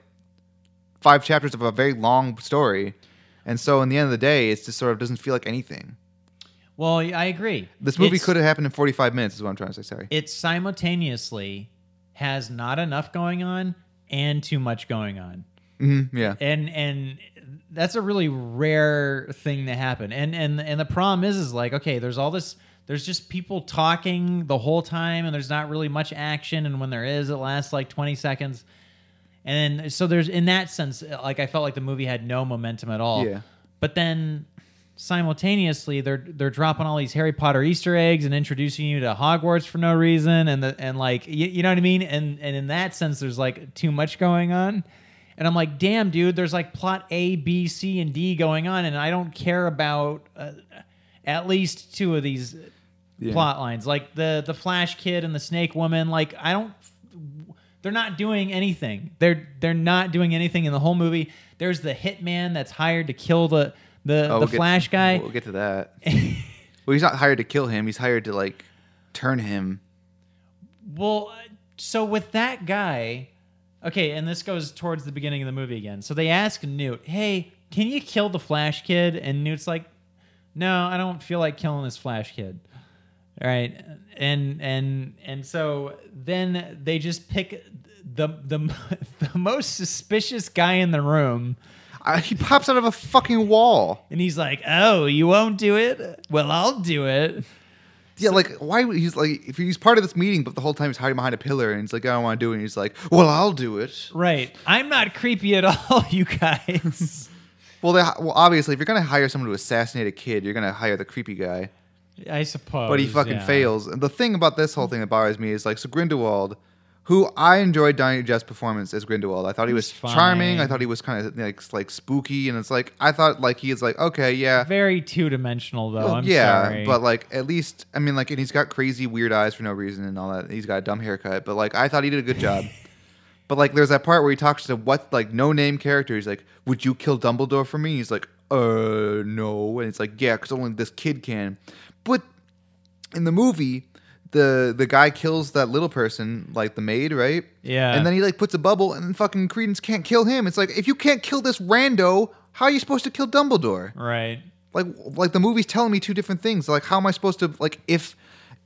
Speaker 1: five chapters of a very long story. And so, in the end of the day, it just sort of doesn't feel like anything.
Speaker 2: well i agree
Speaker 1: This movie
Speaker 2: It's-
Speaker 1: could have happened in 45 minutes, is what I'm trying to say. Sorry.
Speaker 2: it simultaneously has not enough going on and too much going on
Speaker 1: Mhm, yeah.
Speaker 2: and and that's a really rare thing to happen and and and the problem is is like okay there's all this there's just people talking the whole time and there's not really much action and when there is it lasts like 20 seconds and then so there's in that sense like i felt like the movie had no momentum at all
Speaker 1: Yeah.
Speaker 2: but then simultaneously they're they're dropping all these harry potter easter eggs and introducing you to hogwarts for no reason and the and like you, you know what i mean and and in that sense there's like too much going on and i'm like damn dude there's like plot a b c and d going on and i don't care about uh, at least two of these
Speaker 1: Yeah.
Speaker 2: plot lines like the the flash kid and the snake woman like i don't they're not doing anything they're they're not doing anything in the whole movie there's the hitman that's hired to kill the
Speaker 1: Oh,
Speaker 2: the, the
Speaker 1: we'll get-
Speaker 2: flash guy
Speaker 1: We'll get to that. well, he's not hired to kill him. He's hired to like turn him.
Speaker 2: Well, uh, so with that guy, okay, and this goes towards the beginning of the movie again. So they ask Newt, "Hey, can you kill the Flash Kid?" And Newt's like, "No, I don't feel like killing this Flash Kid." All right, and and and so then they just pick the the the most suspicious guy in the room,
Speaker 1: I, he pops out of a fucking wall.
Speaker 2: and he's like, "Oh, you won't do it? Well, I'll do it."
Speaker 1: Yeah, like why would he's like if he's part of this meeting, but the whole time he's hiding behind a pillar and he's like, I don't want to do it. And he's like, Well, I'll do it.
Speaker 2: Right, I'm not creepy at all, you guys.
Speaker 1: Well, they, well, obviously, if you're gonna hire someone to assassinate a kid, you're gonna hire the creepy guy.
Speaker 2: I suppose.
Speaker 1: But he fucking
Speaker 2: yeah.
Speaker 1: fails. And the thing about this whole thing that bothers me is like, so Grindelwald, who I enjoyed Donnie Jeff's performance as Grindelwald. I thought he was
Speaker 2: He's fine.
Speaker 1: charming. I thought he was kind of like, like spooky, and it's like I thought like he is like okay, yeah,
Speaker 2: Very two dimensional though.
Speaker 1: Well,
Speaker 2: I'm
Speaker 1: yeah,
Speaker 2: sorry.
Speaker 1: but like at least I mean like and he's got crazy weird eyes for no reason and all that. He's got a dumb haircut, but like I thought he did a good job. but like there's that part where he talks to what like no name character. He's like, "Would you kill Dumbledore for me?" He's like, "Uh, no." And it's like, "Yeah, cuz only this kid can." But in the movie, the the guy kills that little person, like the maid, right?
Speaker 2: Yeah.
Speaker 1: And then he like puts a bubble and fucking Credence can't kill him. It's like, "If you can't kill this rando, how are you supposed to kill Dumbledore?"
Speaker 2: right.
Speaker 1: like like the movie's telling me two different things like how am i supposed to like if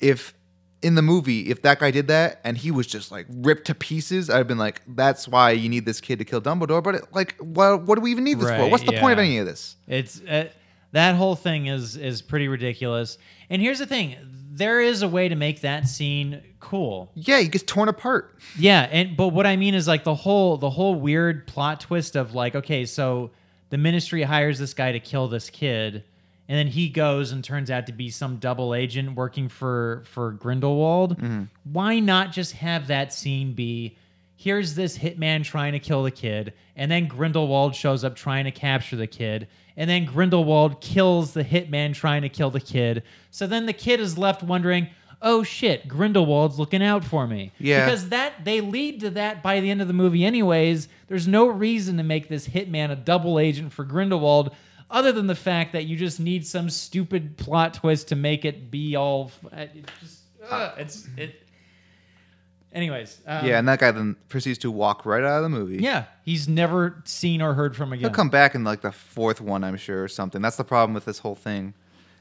Speaker 1: if in the movie if that guy did that and he was just like ripped to pieces i'd been like that's why you need this kid to kill dumbledore but it, like well, what do we even need this for
Speaker 2: Right,
Speaker 1: what's the point of
Speaker 2: yeah.
Speaker 1: any of this
Speaker 2: It's uh, that whole thing is is pretty ridiculous. And here's the thing: there is a way to make that scene cool.
Speaker 1: yeah he gets torn apart
Speaker 2: Yeah, and but what I mean is like the whole the whole weird plot twist of like okay, so the ministry hires this guy to kill this kid and then he goes and turns out to be some double agent working for for Grindelwald. Why not just have that scene be here's this hitman trying to kill the kid and then Grindelwald shows up trying to capture the kid and then Grindelwald kills the hitman trying to kill the kid. So then the kid is left wondering, "Oh shit, Grindelwald's looking out for me."
Speaker 1: Yeah.
Speaker 2: Because that they lead to that by the end of the movie anyways. There's no reason to make this hitman a double agent for Grindelwald other than the fact that you just need some stupid plot twist to make it be all f- uh, it just ugh, it's it anyways um,
Speaker 1: Uh, yeah and that guy then proceeds to walk right out of the movie
Speaker 2: yeah he's never seen or heard from again
Speaker 1: He'll come back in like the fourth one, I'm sure, or something. That's the problem with this whole thing.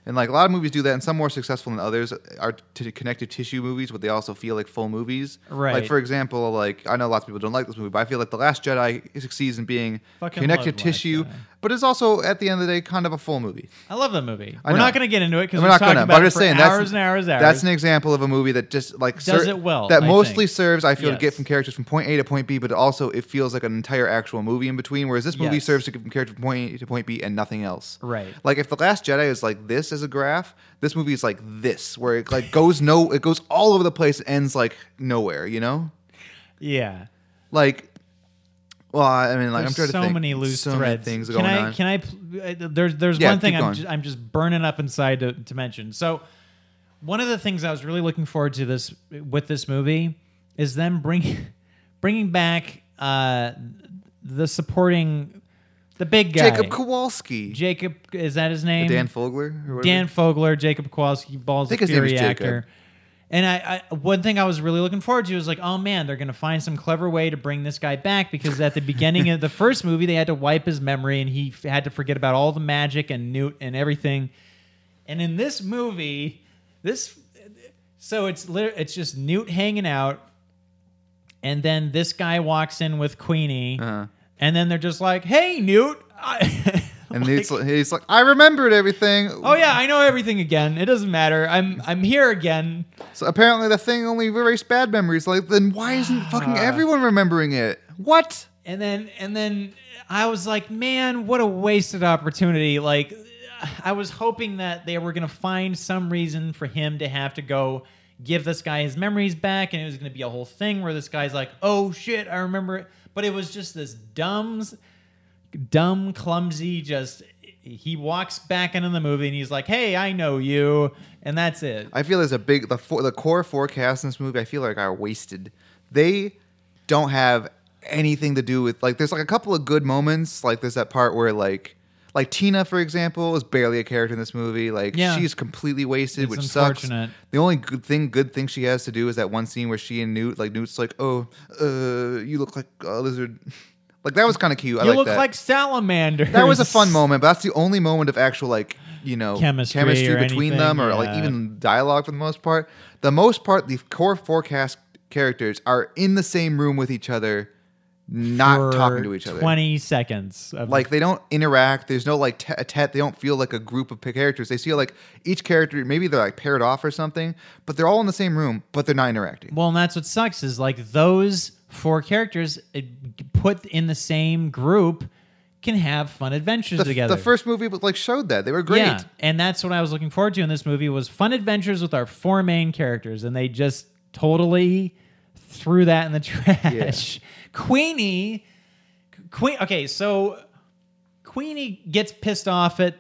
Speaker 1: And like a lot of movies do that, and some more successful than others are t- connective tissue movies, but they also feel like full movies. Like
Speaker 2: Right.
Speaker 1: for example, like I know lots of people don't like this movie, but I feel like The Last Jedi succeeds in being
Speaker 2: Fucking
Speaker 1: connective
Speaker 2: love Last
Speaker 1: tissue,
Speaker 2: Jedi.
Speaker 1: but it's also at the end of the day kind of a full movie.
Speaker 2: I love that movie
Speaker 1: I
Speaker 2: we're
Speaker 1: know.
Speaker 2: not going to get into it because
Speaker 1: We're not
Speaker 2: talking
Speaker 1: gonna.
Speaker 2: about
Speaker 1: But I'm
Speaker 2: it
Speaker 1: just
Speaker 2: for
Speaker 1: saying
Speaker 2: hours
Speaker 1: that's
Speaker 2: and hours and hours
Speaker 1: that's an example of a movie that just like
Speaker 2: Does it well,
Speaker 1: That
Speaker 2: I
Speaker 1: mostly
Speaker 2: think.
Speaker 1: serves, I feel, to
Speaker 2: Yes.
Speaker 1: get from characters from point A to point B, but also it feels like an entire actual movie in between. Whereas this movie
Speaker 2: Yes.
Speaker 1: serves to get from character from point A to point B and nothing else.
Speaker 2: Right.
Speaker 1: Like if the Last Jedi is like this as a graph, this movie is like this, where it like goes no, it goes all over the place, and ends like nowhere. You know,
Speaker 2: yeah
Speaker 1: like. Well, I mean, like
Speaker 2: There's
Speaker 1: I'm trying
Speaker 2: so
Speaker 1: to think.
Speaker 2: many loose
Speaker 1: so
Speaker 2: threads.
Speaker 1: Many things
Speaker 2: can
Speaker 1: going
Speaker 2: I?
Speaker 1: on.
Speaker 2: Can I? pl- uh, There's there's
Speaker 1: Yeah,
Speaker 2: one thing
Speaker 1: keep
Speaker 2: I'm
Speaker 1: going.
Speaker 2: just, I'm just burning up inside to, to mention. So one of the things I was really looking forward to this with this movie is them bring bringing back uh, the supporting the big guy
Speaker 1: Jacob Kowalski,
Speaker 2: Jacob is that his name?
Speaker 1: Dan Fogler, or whatever.
Speaker 2: Dan Fogler, Jacob Kowalski, Balls
Speaker 1: think
Speaker 2: of
Speaker 1: his name is
Speaker 2: Fury
Speaker 1: Jacob.
Speaker 2: actor. And I, I, one thing I was really looking forward to was like, oh man, they're gonna find some clever way to bring this guy back because at the beginning of the first movie, they had to wipe his memory and he f- had to forget about all the magic and Newt and everything. And in this movie, this, so it's lit- it's just Newt hanging out, and then
Speaker 1: Uh-huh.
Speaker 2: this guy walks in with Queenie, and then they're just like, hey Newt, I,
Speaker 1: and he's, like, he's like, I remembered everything.
Speaker 3: Oh yeah, I know everything again. It doesn't matter. I'm I'm here again.
Speaker 1: So apparently the thing only erased bad memories. Like, then why isn't fucking everyone remembering it? What?
Speaker 3: And then and then I was like, man, what a wasted opportunity. Like I was hoping that they were gonna find some reason for him to have to go give this guy his memories back, and it was gonna be a whole thing where this guy's like, oh shit, I remember it. But it was just this dumb dumb, clumsy, just he walks back into the movie and he's like, Hey, I know you, and that's it.
Speaker 1: I feel there's a big the for, the core forecast in this movie. I feel like are wasted. They don't have anything to do with like. There's like a couple of good moments. Like there's that part where like like Tina, for example, is barely a character in this movie. Like
Speaker 2: Yeah.
Speaker 1: she's completely wasted,
Speaker 2: It's
Speaker 1: which sucks.
Speaker 2: unfortunate.
Speaker 1: The only good thing good thing she has to do is that one scene where she and Newt like Newt's like, oh, uh, you look like a lizard. Like that was kind of cute. I
Speaker 3: You
Speaker 1: like
Speaker 3: look
Speaker 1: that.
Speaker 3: like salamander.
Speaker 1: That was a fun moment, but that's the only moment of actual like you know
Speaker 2: Chemistry or
Speaker 1: between
Speaker 2: anything,
Speaker 1: them, or like
Speaker 2: yeah.
Speaker 1: even dialogue for the most part. The most part, the core forecast characters are in the same room with each other, not talking to each other.
Speaker 2: Twenty seconds. Of
Speaker 1: Like they don't interact. There's no like t- a tet. They don't feel like a group of p- characters. They feel like each character. Maybe they're like paired off or something, but they're all in the same room, but they're not interacting.
Speaker 2: Well, and that's what sucks is like those four characters it, put in the same group can have fun adventures
Speaker 1: The,
Speaker 2: together.
Speaker 1: the first movie like showed that they were great.
Speaker 2: Yeah, and that's what I was looking forward to in this movie was fun adventures with our four main characters, and they just totally threw that in the trash. Queenie, Queen. Okay, so Queenie gets pissed off at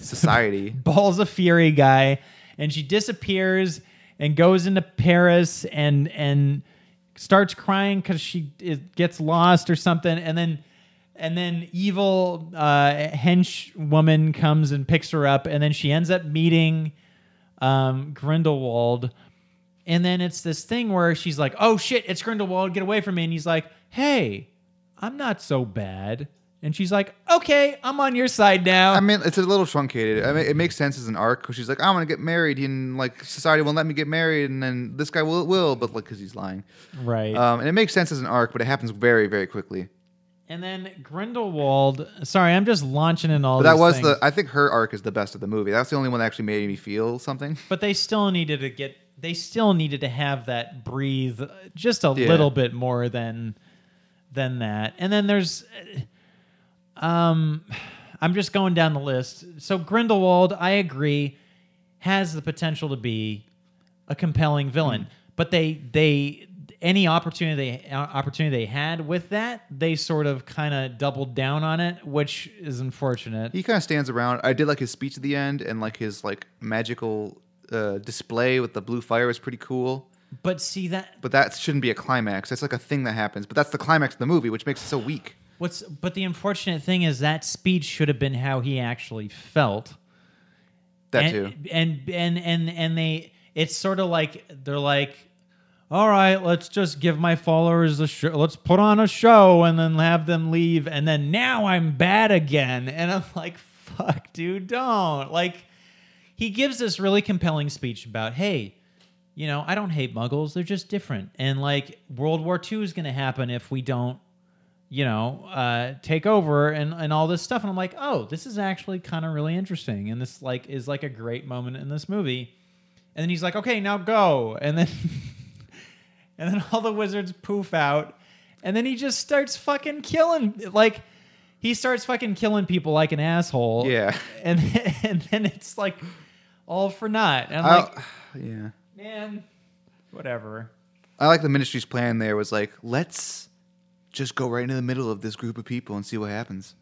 Speaker 1: Society.
Speaker 2: balls of fury guy and she disappears and goes into paris and and starts crying because she it gets lost or something and then and then evil uh hench woman comes and picks her up and then she ends up meeting um grindelwald and then it's this thing where she's like oh shit it's grindelwald get away from me and he's like hey i'm not so bad and she's like okay i'm on your side now
Speaker 1: I mean, it's a little truncated. I mean, it makes sense as an arc because she's like, I'm gonna get married, and like society won't let me get married, and then this guy will, will, but like, because he's lying.
Speaker 2: right
Speaker 1: Um, and it makes sense as an arc, but it happens very, very quickly.
Speaker 2: And then Grindelwald. Sorry, I'm just launching in all.
Speaker 1: But that
Speaker 2: these
Speaker 1: was
Speaker 2: things.
Speaker 1: the. I think her arc is the best of the movie. That's the only one that actually made me feel something.
Speaker 2: But they still needed to get. They still needed to have that breathe uh, just a
Speaker 1: Yeah.
Speaker 2: little bit more than than that. And then there's. uh, Um, I'm just going down the list. So Grindelwald, I agree, has the potential to be a compelling
Speaker 1: Hmm.
Speaker 2: villain, but they they any opportunity they, uh, opportunity they had with that, they sort of kind of doubled down on it, which is unfortunate.
Speaker 1: He kind of stands around. I did like his speech at the end, and like his like magical uh, display with the blue fire was pretty cool.
Speaker 2: But see that
Speaker 1: But that shouldn't be a climax. That's like a thing that happens. But that's the climax of the movie, which makes it so weak.
Speaker 2: what's but the unfortunate thing is that speech should have been how he actually felt.
Speaker 1: That
Speaker 2: and,
Speaker 1: too.
Speaker 2: And and and and they it's sort of like they're like all right, let's just give my followers a show. Let's put on a show and then have them leave. And then now I'm bad again. And I'm like, fuck, dude, don't. Like, he gives this really compelling speech about, hey, you know, I don't hate muggles. They're just different. And like, World War II is going to happen if we don't you know, uh, take over and, and all this stuff. And I'm like, oh, this is actually kind of really interesting. And this like is like a great moment in this movie. And then he's like, okay, now go. And then and then all the wizards poof out. And then he just starts fucking killing like he starts fucking killing people like an asshole.
Speaker 1: Yeah.
Speaker 2: And then, and then it's like all for naught. And I'm
Speaker 1: I-
Speaker 2: like,
Speaker 1: yeah.
Speaker 2: man, whatever.
Speaker 1: I like the ministry's plan there was like, let's just go right into the middle of this group of people and see what happens.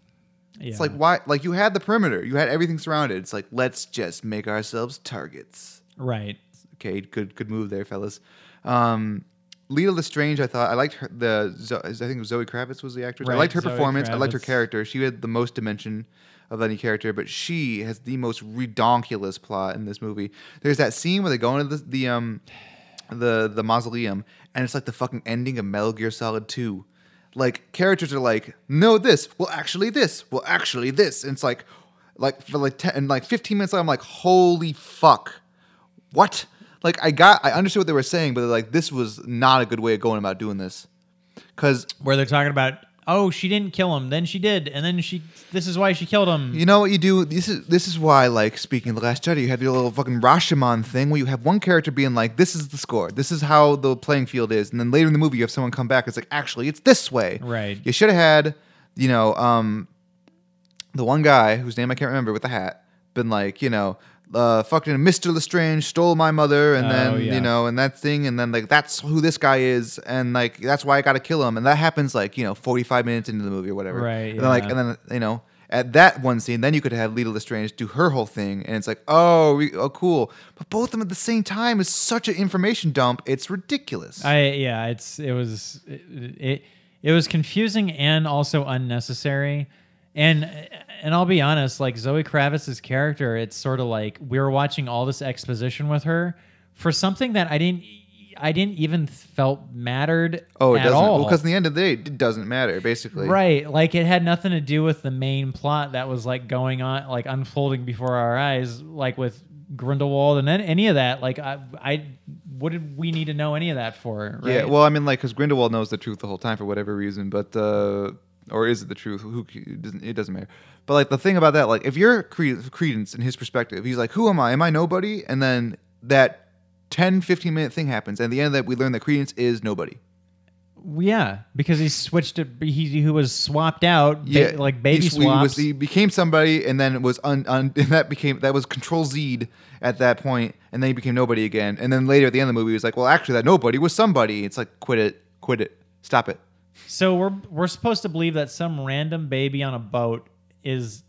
Speaker 2: Yeah.
Speaker 1: It's like why like you had the perimeter, you had everything surrounded. It's like let's just make ourselves targets.
Speaker 2: right.
Speaker 1: Okay, good good move there, fellas. Um Lita Lestrange, I thought I liked her the Zo- I think Zoe Kravitz was the actress. I
Speaker 2: Right,
Speaker 1: liked her
Speaker 2: Zoe
Speaker 1: performance. I liked her
Speaker 2: Kravitz.
Speaker 1: character. She had the most dimension of any character, but she has the most redonkulous plot in this movie. There's that scene where they go into the, the um the the mausoleum and it's like the fucking ending of Metal Gear Solid 2. Like characters are like, no, this, well, actually this, well, actually this. And it's like, like for like 10 and like 15 minutes later, I'm like, holy fuck. What? Like I got I understood what they were saying, but like this was not a good way of going about doing this. Cause
Speaker 2: Where they're talking about oh, she didn't kill him. Then she did, and then she. This is why she killed him.
Speaker 1: Mm-hmm. You know what you do? This is this is why, like speaking of the Last Jedi, you have your little fucking Rashomon thing where you have one character being like, "This is the score. This is how the playing field is," and then later in the movie, you have someone come back. It's like, actually, it's this way.
Speaker 2: Right.
Speaker 1: You should have had, you know, um, the one guy whose name I can't remember with the hat, been like, you know, uh, fucking Mr. Lestrange stole my mother, and
Speaker 2: Oh,
Speaker 1: then
Speaker 2: yeah.
Speaker 1: you know, and that thing, and then like that's who this guy is, and like that's why I got to kill him, and that happens like you know, forty five minutes into the movie or whatever,
Speaker 2: Right,
Speaker 1: And then, like,
Speaker 2: yeah.
Speaker 1: and then you know. At that one scene, then you could have Lita Lestrange do her whole thing, and it's like, oh, we, oh, cool. But both of them at the same time is such an information dump; it's ridiculous.
Speaker 2: I yeah, it's it was it, it it was confusing and also unnecessary. And and I'll be honest, like Zoe Kravitz's character, it's sort of like we were watching all this exposition with her for something that I didn't I didn't even felt mattered
Speaker 1: oh, it
Speaker 2: at
Speaker 1: doesn't.
Speaker 2: all.
Speaker 1: Well, because in the end of the day, it doesn't matter, basically.
Speaker 2: Right. Like it had nothing to do with the main plot that was like going on, like unfolding before our eyes, like with Grindelwald and then any of that. Like I, I, what did we need to know any of that for? Right?
Speaker 1: Yeah, well, I mean, like, because Grindelwald knows the truth the whole time for whatever reason, but uh, or is it the truth? Who it doesn't it doesn't matter. But like the thing about that, like, if you're Cre- Credence in his perspective, he's like, "Who am I? Am I nobody?" And then that 10, 15 minute thing happens, and at the end of that, we learn that Credence is nobody.
Speaker 2: yeah, because he switched it. He who was swapped out, ba-
Speaker 1: Yeah,
Speaker 2: like baby
Speaker 1: he, sw- he was-
Speaker 2: swaps.
Speaker 1: he became somebody, and then it was un, un and that became that was Control Z at that point, and then he became nobody again. And then later at the end of the movie, he was like, "Well, actually, that nobody was somebody." It's like, quit it, quit it, stop it.
Speaker 2: so we're we're supposed to believe that some random baby on a boat is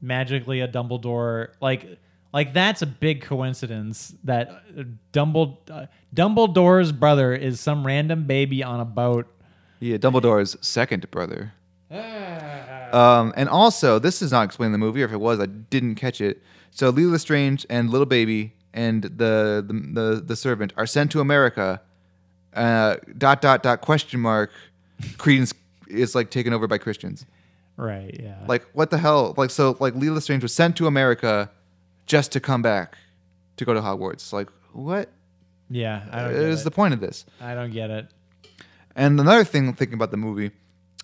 Speaker 2: magically a Dumbledore. Like like that's a big coincidence that uh, Dumbledore, uh, Dumbledore's brother is some random baby on a boat.
Speaker 1: Yeah, Dumbledore's second brother.
Speaker 2: Ah.
Speaker 1: um, and also, this is not explained in the movie, or if it was, I didn't catch it. So, Lily Lestrange and little baby and the the, the, the servant are sent to America. Uh, dot dot dot question mark. Credence is like taken over by Christians.
Speaker 2: Right. Yeah.
Speaker 1: Like what the hell? Like so, like Lily Lestrange was sent to America just to come back to go to Hogwarts. Like what
Speaker 2: yeah. I don't, get
Speaker 1: is
Speaker 2: it.
Speaker 1: the point of this?
Speaker 2: I don't get it.
Speaker 1: And another thing thinking about the movie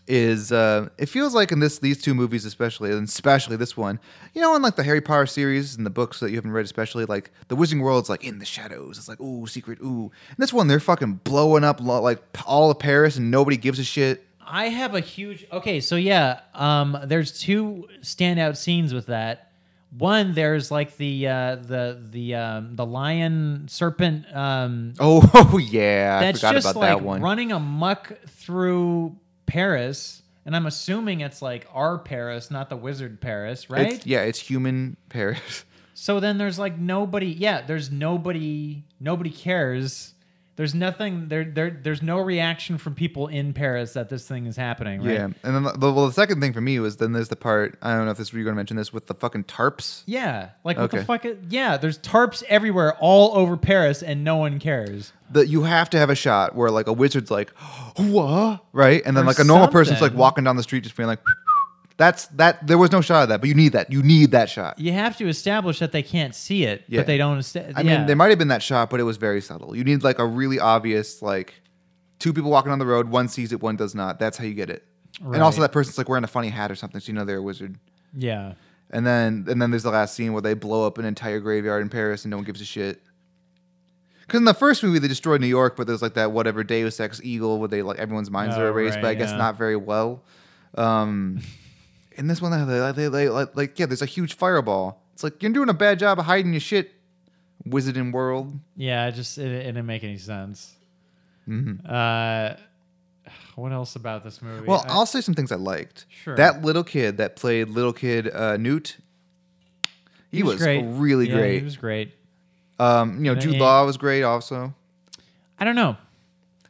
Speaker 1: is uh, it feels like in this these two movies especially, and especially this one, you know, in like the Harry Potter series and the books that you haven't read, especially like the Wizarding World's like in the shadows. It's like ooh secret ooh. And this one they're fucking blowing up lo- like p- all of Paris and nobody gives a shit.
Speaker 2: I have a huge okay, so yeah, um, there's two standout scenes with that. One, there's like the uh, the the um, the lion serpent. Um,
Speaker 1: Oh, oh yeah, I
Speaker 2: that's
Speaker 1: forgot
Speaker 2: just
Speaker 1: about
Speaker 2: like
Speaker 1: that one.
Speaker 2: running amuck through Paris, and I'm assuming it's like our Paris, not the wizard Paris, right?
Speaker 1: It's, yeah, it's human Paris.
Speaker 2: So then there's like nobody. Yeah, there's nobody. Nobody cares. There's nothing. There there there's no reaction from people in Paris that this thing is happening. Right?
Speaker 1: Yeah, and then the, well, the second thing for me was then there's the part I don't know if this you're going to mention this with the fucking tarps.
Speaker 2: Yeah, like what the
Speaker 1: Okay.
Speaker 2: fuck? Is, yeah, there's tarps everywhere, all over Paris, and no one cares.
Speaker 1: that you have to have a shot where like a wizard's like, what, right? And then
Speaker 2: Or
Speaker 1: like a normal person's like
Speaker 2: something.
Speaker 1: walking down the street just being like, that's that. There was no shot of that, but you need that. You need that shot.
Speaker 2: You have to establish that they can't see it,
Speaker 1: Yeah.
Speaker 2: but they don't. Esta-
Speaker 1: I
Speaker 2: yeah.
Speaker 1: mean, there might have been that shot, but it was very subtle. You need like a really obvious like two people walking on the road, one sees it, one does not. That's how you get it. And also
Speaker 2: Right.
Speaker 1: that person's like wearing a funny hat or something, so you know they're a wizard.
Speaker 2: yeah,
Speaker 1: And then and then there's the last scene where they blow up an entire graveyard in Paris and no one gives a shit. Because in the first movie they destroyed New York, but there's like that whatever Deus Ex Eagle where they like everyone's minds are
Speaker 2: Oh,
Speaker 1: erased,
Speaker 2: right,
Speaker 1: but I guess
Speaker 2: yeah.
Speaker 1: not very well. Um, in this one, they, they, they, they like, like yeah, there's a huge fireball. It's like you're doing a bad job of hiding your shit, Wizarding World.
Speaker 2: yeah. It just it, it didn't make any sense. Uh, what else about this movie?
Speaker 1: Mm-hmm.
Speaker 2: Uh,
Speaker 1: Well,
Speaker 2: I-
Speaker 1: I'll say some things I liked.
Speaker 2: Sure.
Speaker 1: That little kid that played little kid uh, Newt, he, was, really
Speaker 2: Yeah,
Speaker 1: great.
Speaker 2: He was great.
Speaker 1: um, you know, Jude
Speaker 2: yeah.
Speaker 1: Law was great also.
Speaker 2: I don't know.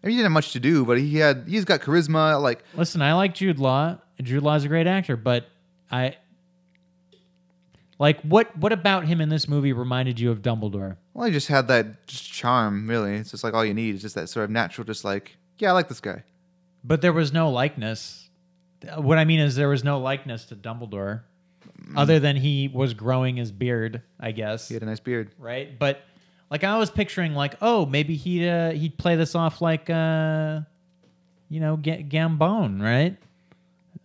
Speaker 1: I mean, he didn't have much to do, but he had he's got charisma. Like
Speaker 2: Listen, I like Jude Law. Jude Law's a great actor, but I like what what about him in this movie reminded you of Dumbledore?
Speaker 1: well, he just had that just charm. Really, it's just like all you need is just that sort of natural. Just like yeah, I like this guy.
Speaker 2: But there was no likeness. What I mean is there was no likeness to Dumbledore
Speaker 1: Mm.
Speaker 2: other than he was growing his beard, I guess.
Speaker 1: He had a nice beard.
Speaker 2: Right? But like I was picturing like, oh, maybe he'd uh, he'd play this off like uh you know, Ga- Gambone, right?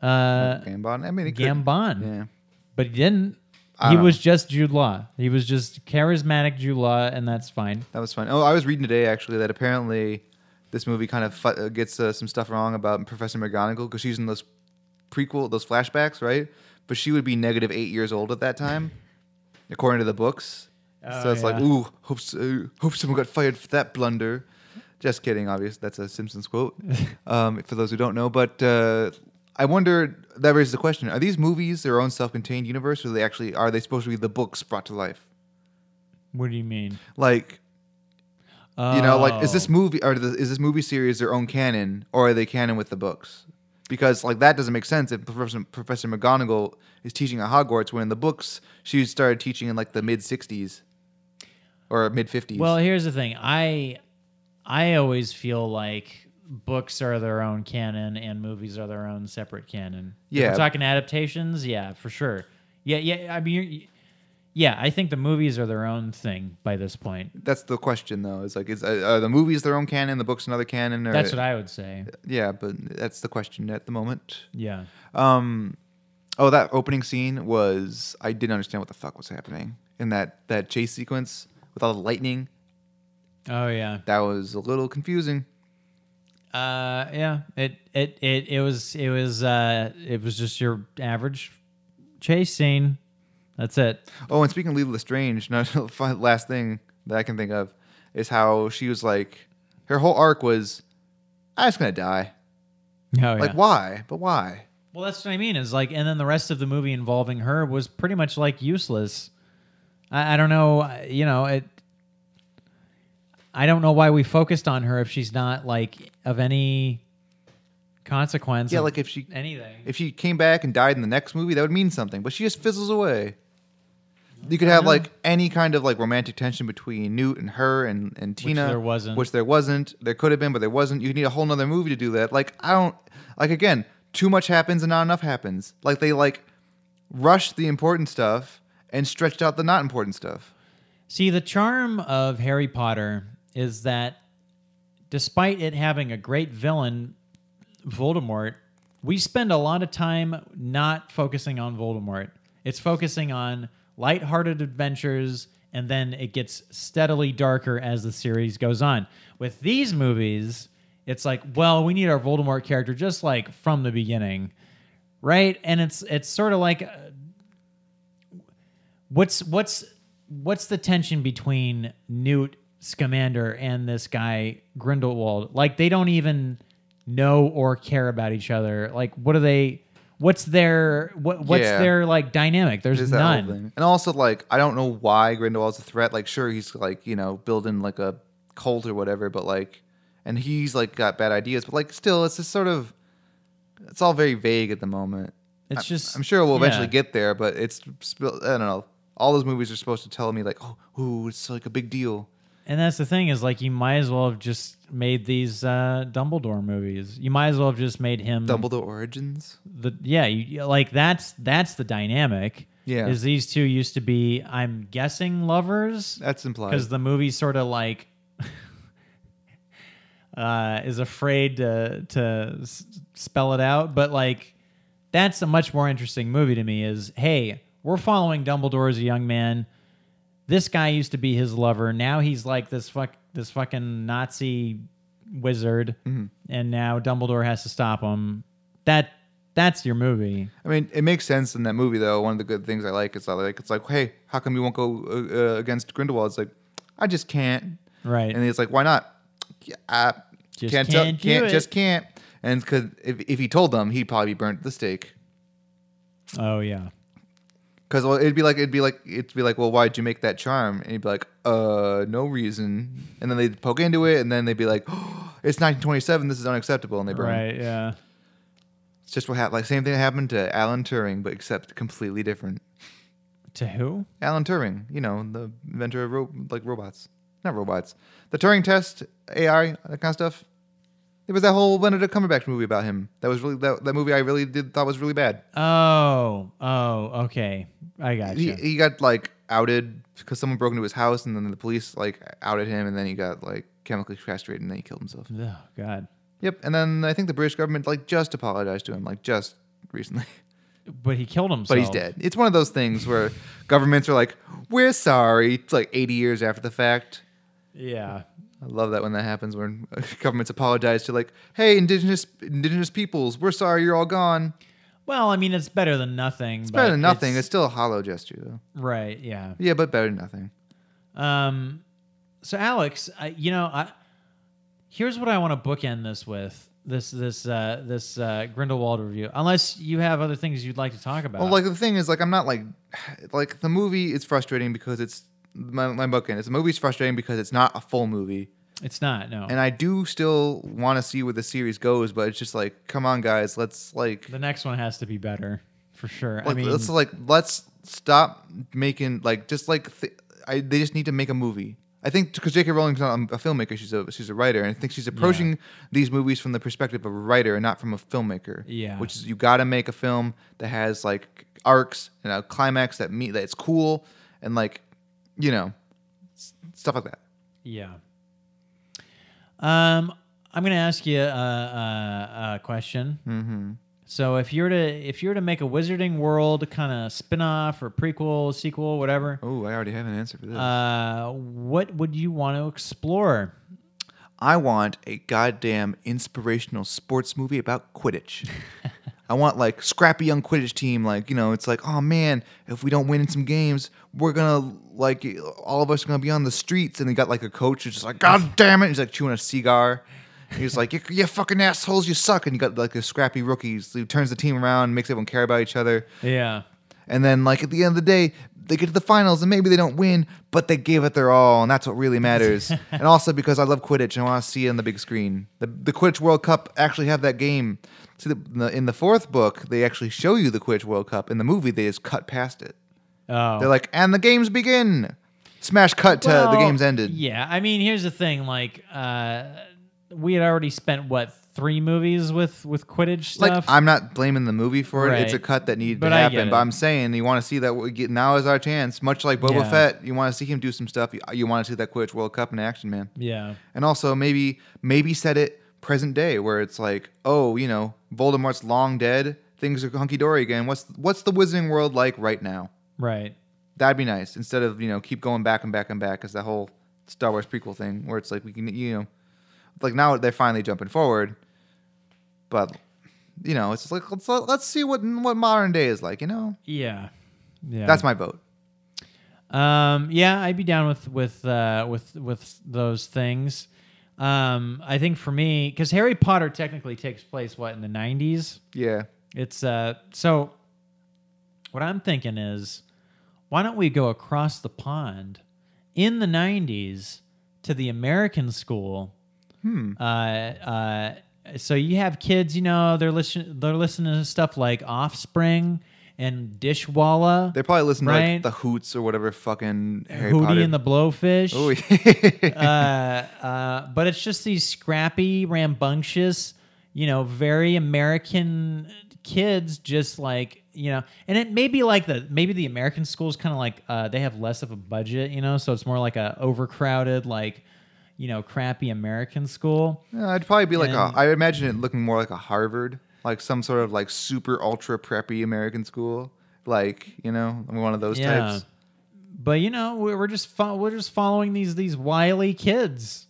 Speaker 2: uh,
Speaker 1: Gambon. I mean, it could-
Speaker 2: Gambon.
Speaker 1: Yeah.
Speaker 2: But he didn't.
Speaker 1: I
Speaker 2: He
Speaker 1: don't
Speaker 2: was just Jude Law. He was just charismatic Jude Law, and that's fine.
Speaker 1: That was fun. Oh, I was reading today actually that apparently this movie kind of fu- uh, gets uh, some stuff wrong about Professor McGonagall because she's in those prequel, those flashbacks, right? But she would be negative eight years old at that time, according to the books. so
Speaker 3: Oh,
Speaker 1: it's like,
Speaker 3: yeah.
Speaker 1: ooh, hope, s- uh, hope someone got fired for that blunder. Just kidding, obviously. That's a Simpsons quote um, for those who don't know. But uh, I wonder, that raises the question are these movies their own self contained universe, or they actually are they supposed to be the books brought to life?
Speaker 2: What do you mean?
Speaker 1: Like, you know, like is this
Speaker 2: Oh.
Speaker 1: movie or the, is this movie series their own canon or are they canon with the books? Because like that doesn't make sense if Professor, Professor McGonagall is teaching at Hogwarts when in the books she started teaching in like the mid '60s or mid '50s.
Speaker 2: Well, here's the thing. I I always feel like books are their own canon and movies are their own separate canon. If
Speaker 1: Yeah.
Speaker 2: we're talking adaptations, yeah, for sure. Yeah, yeah. I mean, you're- yeah, I think the movies are their own thing by this point.
Speaker 1: that's the question though. Is like, is uh, are the movies their own canon, the books another canon? Or,
Speaker 2: That's what I would say.
Speaker 1: yeah, but that's the question at the moment.
Speaker 2: Yeah.
Speaker 1: Um, oh, that opening scene was I didn't understand what the fuck was happening in that that chase sequence with all the lightning.
Speaker 2: Oh yeah.
Speaker 1: That was a little confusing.
Speaker 2: Uh yeah. It it it it was it was uh it was just your average chase scene. That's it.
Speaker 1: Oh, and speaking of Lila Strange, another fun- last thing that I can think of is how she was like, her whole arc was, I'm just gonna die.
Speaker 2: Oh yeah.
Speaker 1: Like, why? But why?
Speaker 2: Well, that's what I mean. Is like, and then the rest of the movie involving her was pretty much like useless. I, I don't know. I- You know, it. I don't know why we focused on her if she's not like of any consequence.
Speaker 1: Yeah,
Speaker 2: of
Speaker 1: like if she
Speaker 2: anything.
Speaker 1: if she came back and died in the next movie, that would mean something. But she just fizzles away. You could have like any kind of like romantic tension between Newt and her and, and Tina.
Speaker 2: there wasn't.
Speaker 1: Which there wasn't. There could have been, but there wasn't. You need a whole nother movie to do that. Like I don't like again, too much happens and not enough happens. Like they like rushed the important stuff and stretched out the not important stuff.
Speaker 2: See, the charm of Harry Potter is that, despite it having a great villain, Voldemort, we spend a lot of time not focusing on Voldemort. It's focusing on lighthearted adventures, and then it gets steadily darker as the series goes on. With these movies, it's like, well, we need our Voldemort character just like from the beginning, right? And it's it's sort of like, uh, what's what's what's the tension between Newt Scamander and this guy Grindelwald? Like they don't even know or care about each other. Like what are they? What's their what? What's
Speaker 1: Yeah.
Speaker 2: their like dynamic? There's
Speaker 1: There's that whole
Speaker 2: none.
Speaker 1: thing. And also, like, I don't know why Grindelwald's a threat. Like, sure, he's like, you know, building like a cult or whatever, but like, and he's like got bad ideas, but like, still, it's just sort of, it's all very vague at the moment.
Speaker 2: It's just
Speaker 1: I'm sure we'll eventually
Speaker 2: yeah.
Speaker 1: get there, but it's, sp- I don't know. All those movies are supposed to tell me, like, oh, ooh, it's like a big deal.
Speaker 2: And that's the thing is like you might as well have just made these uh, Dumbledore movies. You might as well have just made him
Speaker 1: Dumbledore Origins.
Speaker 2: the yeah you, like that's that's the dynamic.
Speaker 1: Yeah.
Speaker 2: is these two used to be I'm guessing lovers
Speaker 1: That's implied.
Speaker 2: because the movie sort of like uh, is afraid to to s- spell it out, but like that's a much more interesting movie to me. Is hey, we're following Dumbledore as a young man. This guy used to be his lover. Now he's like this fuck this fucking Nazi wizard,
Speaker 1: Mm-hmm.
Speaker 2: and now Dumbledore has to stop him. That that's your movie.
Speaker 1: I mean, it makes sense in that movie though. One of the good things I like is that like it's like, hey, how come you won't go uh, uh, against Grindelwald? It's like, I just can't.
Speaker 2: Right.
Speaker 1: And he's like, why not? I
Speaker 2: Just
Speaker 1: can't, tell,
Speaker 2: can't do
Speaker 1: can't
Speaker 2: it.
Speaker 1: just can't. And because if, if he told them, he'd probably be burnt at the stake.
Speaker 2: oh yeah.
Speaker 1: Because it'd be like it'd be like it'd be like, well, why'd you make that charm? And he'd be like, uh, no reason. And then they'd poke into it, and then they'd be like, "Oh, it's 1927. This is unacceptable, and they burn.
Speaker 2: Right. Yeah.
Speaker 1: It's just what happened. Like same thing that happened to Alan Turing, but except completely different.
Speaker 2: To who?
Speaker 1: Alan Turing, you know, the inventor of ro- like robots, not robots, the Turing test, AI, that kind of stuff. There was that whole Benedict Cumberbatch movie about him. That was really that, that movie I really did thought was really bad.
Speaker 2: Oh, oh, okay. I got
Speaker 1: He,
Speaker 2: you.
Speaker 1: he got like outed because someone broke into his house, and then the police like outed him, and then he got like chemically castrated, and then he killed himself.
Speaker 2: Oh God.
Speaker 1: Yep. And then I think the British government like just apologized to him, like just recently,
Speaker 2: but he killed himself.
Speaker 1: but he's dead. It's one of those things where governments are like, "We're sorry." It's like 80 years after the fact.
Speaker 2: Yeah.
Speaker 1: I love that when that happens, when governments apologize to like, "Hey, indigenous indigenous peoples, we're sorry you're all gone."
Speaker 2: Well, I mean, it's better than nothing. It's
Speaker 1: Better than nothing. It's, still a hollow gesture, though.
Speaker 2: right. Yeah.
Speaker 1: Yeah, but better than nothing.
Speaker 2: Um, so Alex, I, you know, I, here's what I want to bookend this with this this uh, this uh, Grindelwald review. Unless you have other things you'd like to talk about.
Speaker 1: Well, like the thing is, like I'm not like, like the movie is frustrating because it's my my bookend. It's the movie's frustrating because it's not a full movie,
Speaker 2: it's not. No.
Speaker 1: and I do still want to see where the series goes. But it's just like, come on, guys, let's like,
Speaker 2: the next one has to be better for sure. I
Speaker 1: like,
Speaker 2: mean,
Speaker 1: let's like let's stop making like just like th- I they just need to make a movie. I think because J.K. Rowling's not a filmmaker; she's a she's a writer, and I think she's approaching these movies from the perspective of a writer and not from a filmmaker.
Speaker 2: Yeah.
Speaker 1: which is you got to make a film that has like arcs and a climax that meet that's cool and like you know s- stuff like that.
Speaker 2: yeah. Um, I'm gonna ask you a, a, a question. Mm-hmm. So if you're to if you're to make a Wizarding World kind of spin-off or prequel, sequel, whatever,
Speaker 1: Oh, I already have an answer for this.
Speaker 2: uh, what would you want to explore?
Speaker 1: I want a goddamn inspirational sports movie about Quidditch. I want like scrappy young Quidditch team, like you know, it's like, oh man, if we don't win in some games, we're gonna like all of us are gonna be on the streets, and they got like a coach who's just like, god damn it, he's like chewing a cigar. He's like, you, you fucking assholes, you suck, and you got like a scrappy rookies who turns the team around, makes everyone care about each other.
Speaker 2: Yeah.
Speaker 1: And then, like at the end of the day, they get to the finals, and maybe they don't win, but they gave it their all, and that's what really matters. and also because I love Quidditch, and I want to see it on the big screen. The, the Quidditch World Cup actually have that game. See, the, the, in the fourth book, they actually show you the Quidditch World Cup. In the movie, they just cut past it.
Speaker 2: Oh.
Speaker 1: They're like, "And the games begin." Smash cut to the
Speaker 2: Well,
Speaker 1: game's ended.
Speaker 2: Yeah, I mean, here's the thing: like, uh, we had already spent what three movies with with Quidditch
Speaker 1: Like
Speaker 2: stuff.
Speaker 1: I'm not blaming the movie for it. It's a
Speaker 2: Right.
Speaker 1: cut that needed
Speaker 2: But
Speaker 1: to
Speaker 2: I get
Speaker 1: happen.
Speaker 2: it.
Speaker 1: But I'm saying you want to see that we get now is our chance. Much like Boba
Speaker 2: Yeah.
Speaker 1: Fett, you want to see him do some stuff. You, you want to see that Quidditch World Cup in action, man.
Speaker 2: yeah,
Speaker 1: And also maybe maybe set it present day where it's like, oh, you know, Voldemort's long dead, things are hunky dory again. What's what's the wizarding world like right now?
Speaker 2: right.
Speaker 1: That'd be nice instead of you know keep going back and back and back as the whole Star Wars prequel thing where it's like we can you know like now they're finally jumping forward, but you know it's just like let's let's see what what modern day is like. You know,
Speaker 2: Yeah, yeah.
Speaker 1: that's my vote.
Speaker 2: Um, yeah, I'd be down with with uh, with with those things. Um, I think for me, because Harry Potter technically takes place what in the '90s.
Speaker 1: Yeah,
Speaker 2: It's uh, so. What I'm thinking is, why don't we go across the pond in the '90s to the American school?
Speaker 1: Hmm.
Speaker 2: Uh, uh, so you have kids, you know, they're listen they're listening to stuff like Offspring and Dishwalla.
Speaker 1: they probably listen to like
Speaker 2: Right.
Speaker 1: the Hoots or whatever fucking Harry
Speaker 2: Hootie
Speaker 1: Potter.
Speaker 2: and the Blowfish.
Speaker 1: Oh, yeah.
Speaker 2: uh, uh, but it's just these scrappy, rambunctious, you know, very American kids, just like you know, and it may be like the maybe the American schools kind of like uh, they have less of a budget, you know, so it's more like a overcrowded, like you know, crappy American school.
Speaker 1: Yeah, I'd Uh, probably be like a,
Speaker 2: And-
Speaker 1: I imagine it looking more like a Harvard, like some sort of like super ultra preppy American school, like you know, one of those
Speaker 2: Yeah.
Speaker 1: types.
Speaker 2: But you know, we- we're just fo- we're just following these these wily kids,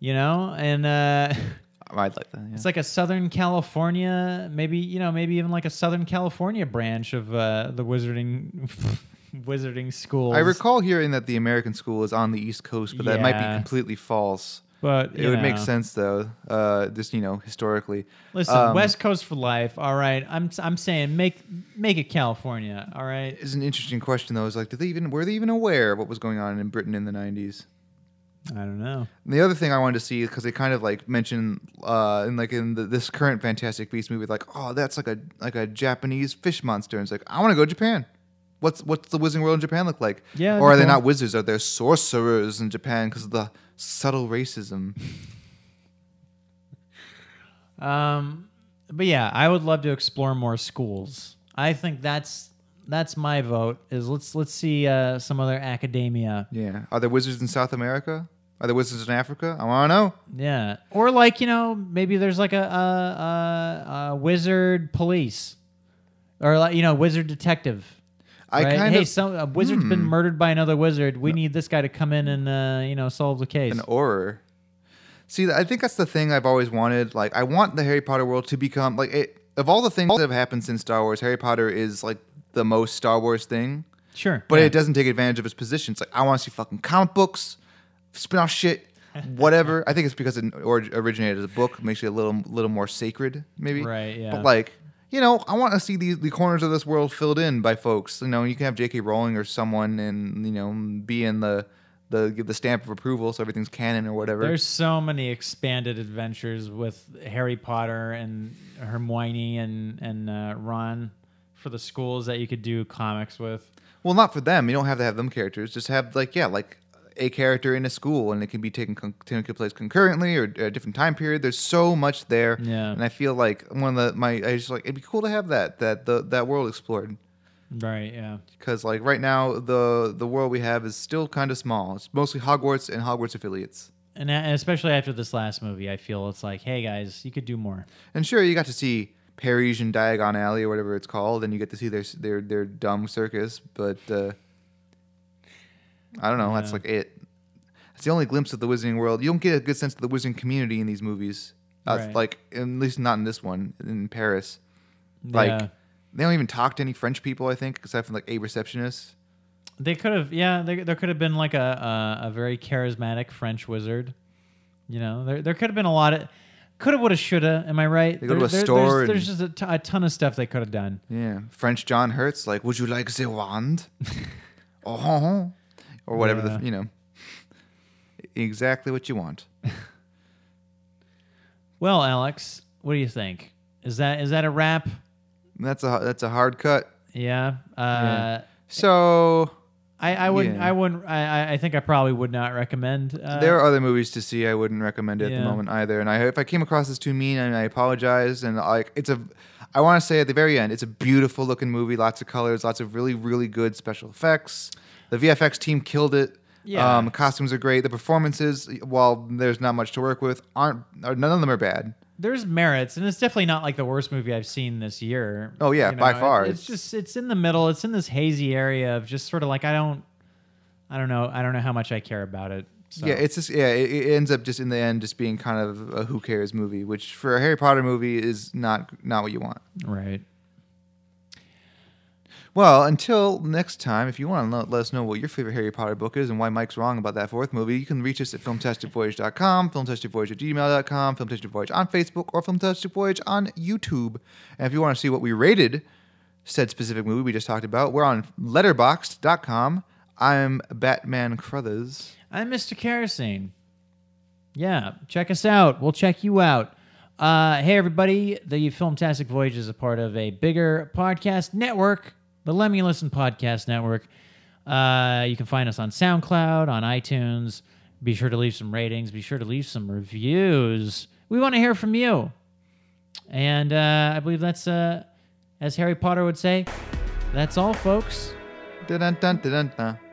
Speaker 2: you know, and. uh
Speaker 1: I'd like that. Yeah.
Speaker 2: It's like a Southern California, maybe you know, maybe even like a Southern California branch of uh, the Wizarding Wizarding School.
Speaker 1: I recall hearing that the American school is on the East Coast, but that might be
Speaker 2: Yeah.
Speaker 1: completely false.
Speaker 2: but
Speaker 1: It
Speaker 2: you
Speaker 1: would make
Speaker 2: know.
Speaker 1: sense though, uh, just you know, historically.
Speaker 2: Listen,
Speaker 1: Um,
Speaker 2: West Coast for life. All right, I'm I'm saying make make it California. All right,
Speaker 1: Is an interesting question though. Is like, did they even were they even aware of what was going on in Britain in the '90s?
Speaker 2: I don't know.
Speaker 1: And the other thing I wanted to see because they kind of like mentioned uh, in like in the, this current Fantastic Beast movie, like oh that's like a like a Japanese fish monster, and it's like I want to go to Japan. What's what's the Wizarding World in Japan look like?
Speaker 2: Yeah, that'd
Speaker 1: or
Speaker 2: be
Speaker 1: are they
Speaker 2: cool.
Speaker 1: not wizards? Are there sorcerers in Japan because of the subtle racism?
Speaker 2: Um, but yeah, I would love to explore more schools. I think that's that's my vote. Is let's let's see uh, some other academia.
Speaker 1: Yeah, are there wizards in South America? Are there wizards in Africa? I want to know.
Speaker 2: Yeah, or like you know, maybe there's like a a, a, a wizard police. or like you know, wizard detective.
Speaker 1: I
Speaker 2: right?
Speaker 1: kind
Speaker 2: hey,
Speaker 1: of Hmm.
Speaker 2: some a wizard's been murdered by another wizard. We need this guy to come in and uh, you know solve the case.
Speaker 1: an horror. See, I think that's the thing I've always wanted. Like, I want the Harry Potter world to become like it. Of all the things that have happened since Star Wars, Harry Potter is like the most Star Wars thing,
Speaker 2: sure,
Speaker 1: but
Speaker 2: yeah.
Speaker 1: it doesn't take advantage of its position. It's like I want to see fucking comic books, spin-off shit, whatever. I think it's because it or- originated as a book, makes it a little little more sacred, maybe.
Speaker 2: Right, yeah.
Speaker 1: But like, you know, I want to see these the corners of this world filled in by folks. You know, you can have J.K. Rowling or someone, and you know, be in the the give the stamp of approval, so everything's canon or whatever.
Speaker 2: There's so many expanded adventures with Harry Potter and Hermione and and uh, Ron for the schools that you could do comics with.
Speaker 1: Well, not for them. You don't have to have them characters. Just have like yeah, like a character in a school, and it can be taken con- taken place concurrently or a different time period. There's so much there,
Speaker 2: Yeah.
Speaker 1: And I feel like one of the my I just like it'd be cool to have that that the that world explored
Speaker 2: Right. Yeah.
Speaker 1: because like right now the the world we have is still kind of small. It's mostly Hogwarts and Hogwarts affiliates.
Speaker 2: And a- and especially after this last movie, I feel it's like, hey guys, you could do more.
Speaker 1: And sure, you got to see Parisian Diagon Alley or whatever it's called, and you get to see their their their dumb circus. But uh, I don't know. That's
Speaker 2: Yeah.
Speaker 1: like it. It's the only glimpse of the Wizarding world. You don't get a good sense of the Wizarding community in these movies. Uh,
Speaker 2: Right.
Speaker 1: Like at least not in this one in Paris. Like
Speaker 2: Yeah.
Speaker 1: they don't even talk to any French people. I think except for like a receptionist.
Speaker 2: They could have, yeah. There, there could have been like a, a a very charismatic French wizard. You know, there there could have been a lot of coulda, woulda, shoulda. Am I right?
Speaker 1: They go to a
Speaker 2: there's-
Speaker 1: store
Speaker 2: There's, just a, t- a ton of stuff they could have done.
Speaker 1: Yeah, French John Hertz. Like, would you like the wand? oh, or whatever
Speaker 2: Yeah.
Speaker 1: the you know. Exactly what you want.
Speaker 2: Well, Alex, what do you think? Is that is that a wrap?
Speaker 1: That's a that's a hard cut.
Speaker 2: Yeah. Uh,
Speaker 1: Yeah. So
Speaker 2: I, I wouldn't.
Speaker 1: Yeah.
Speaker 2: I wouldn't. I, I- I think I probably would not recommend. Uh,
Speaker 1: there are other movies to see. I wouldn't recommend it at
Speaker 2: Yeah.
Speaker 1: the moment either. And I if I came across as too mean, and I apologize. And like it's a, I want to say at the very end, it's a beautiful looking movie. Lots of colors, lots of really really good special effects. The VFX team killed it.
Speaker 2: Yeah.
Speaker 1: Um, costumes are great. The performances, while there's not much to work with, aren't are, none of them are bad.
Speaker 2: there's merits, and it's definitely not like the worst movie I've seen this year.
Speaker 1: Oh, yeah, by
Speaker 2: it-
Speaker 1: far.
Speaker 2: it's just it's in the middle. It's in this hazy area of just sort of like I don't, I don't know. I don't know how much I care about it. So.
Speaker 1: Yeah, it's just yeah, it, it ends up just in the end just being kind of a who cares movie, which for a Harry Potter movie is not not what you want.
Speaker 2: right.
Speaker 1: Well, until next time, if you want to let, let us know what your favorite Harry Potter book is and why Mike's wrong about that fourth movie, you can reach us at filmtestedvoyage.com, filmtestedvoyage at gmail.com, filmtestedvoyage on Facebook, or filmtestedvoyage on YouTube. And if you want to see what we rated said specific movie we just talked about, we're on letterboxd.com. I'm Batman Crothers.
Speaker 2: I'm Mr. Kerosene. Yeah, check us out. We'll check you out. Uh, hey, everybody. The Filmtastic Voyage is a part of a bigger podcast network, the Let Me Listen Podcast Network. Uh, you can find us on SoundCloud, on iTunes. Be sure to leave some ratings. Be sure to leave some reviews. We want to hear from you. And uh, I believe that's, uh, as Harry Potter would say, that's all, folks.
Speaker 1: Dun dun dun dun dun.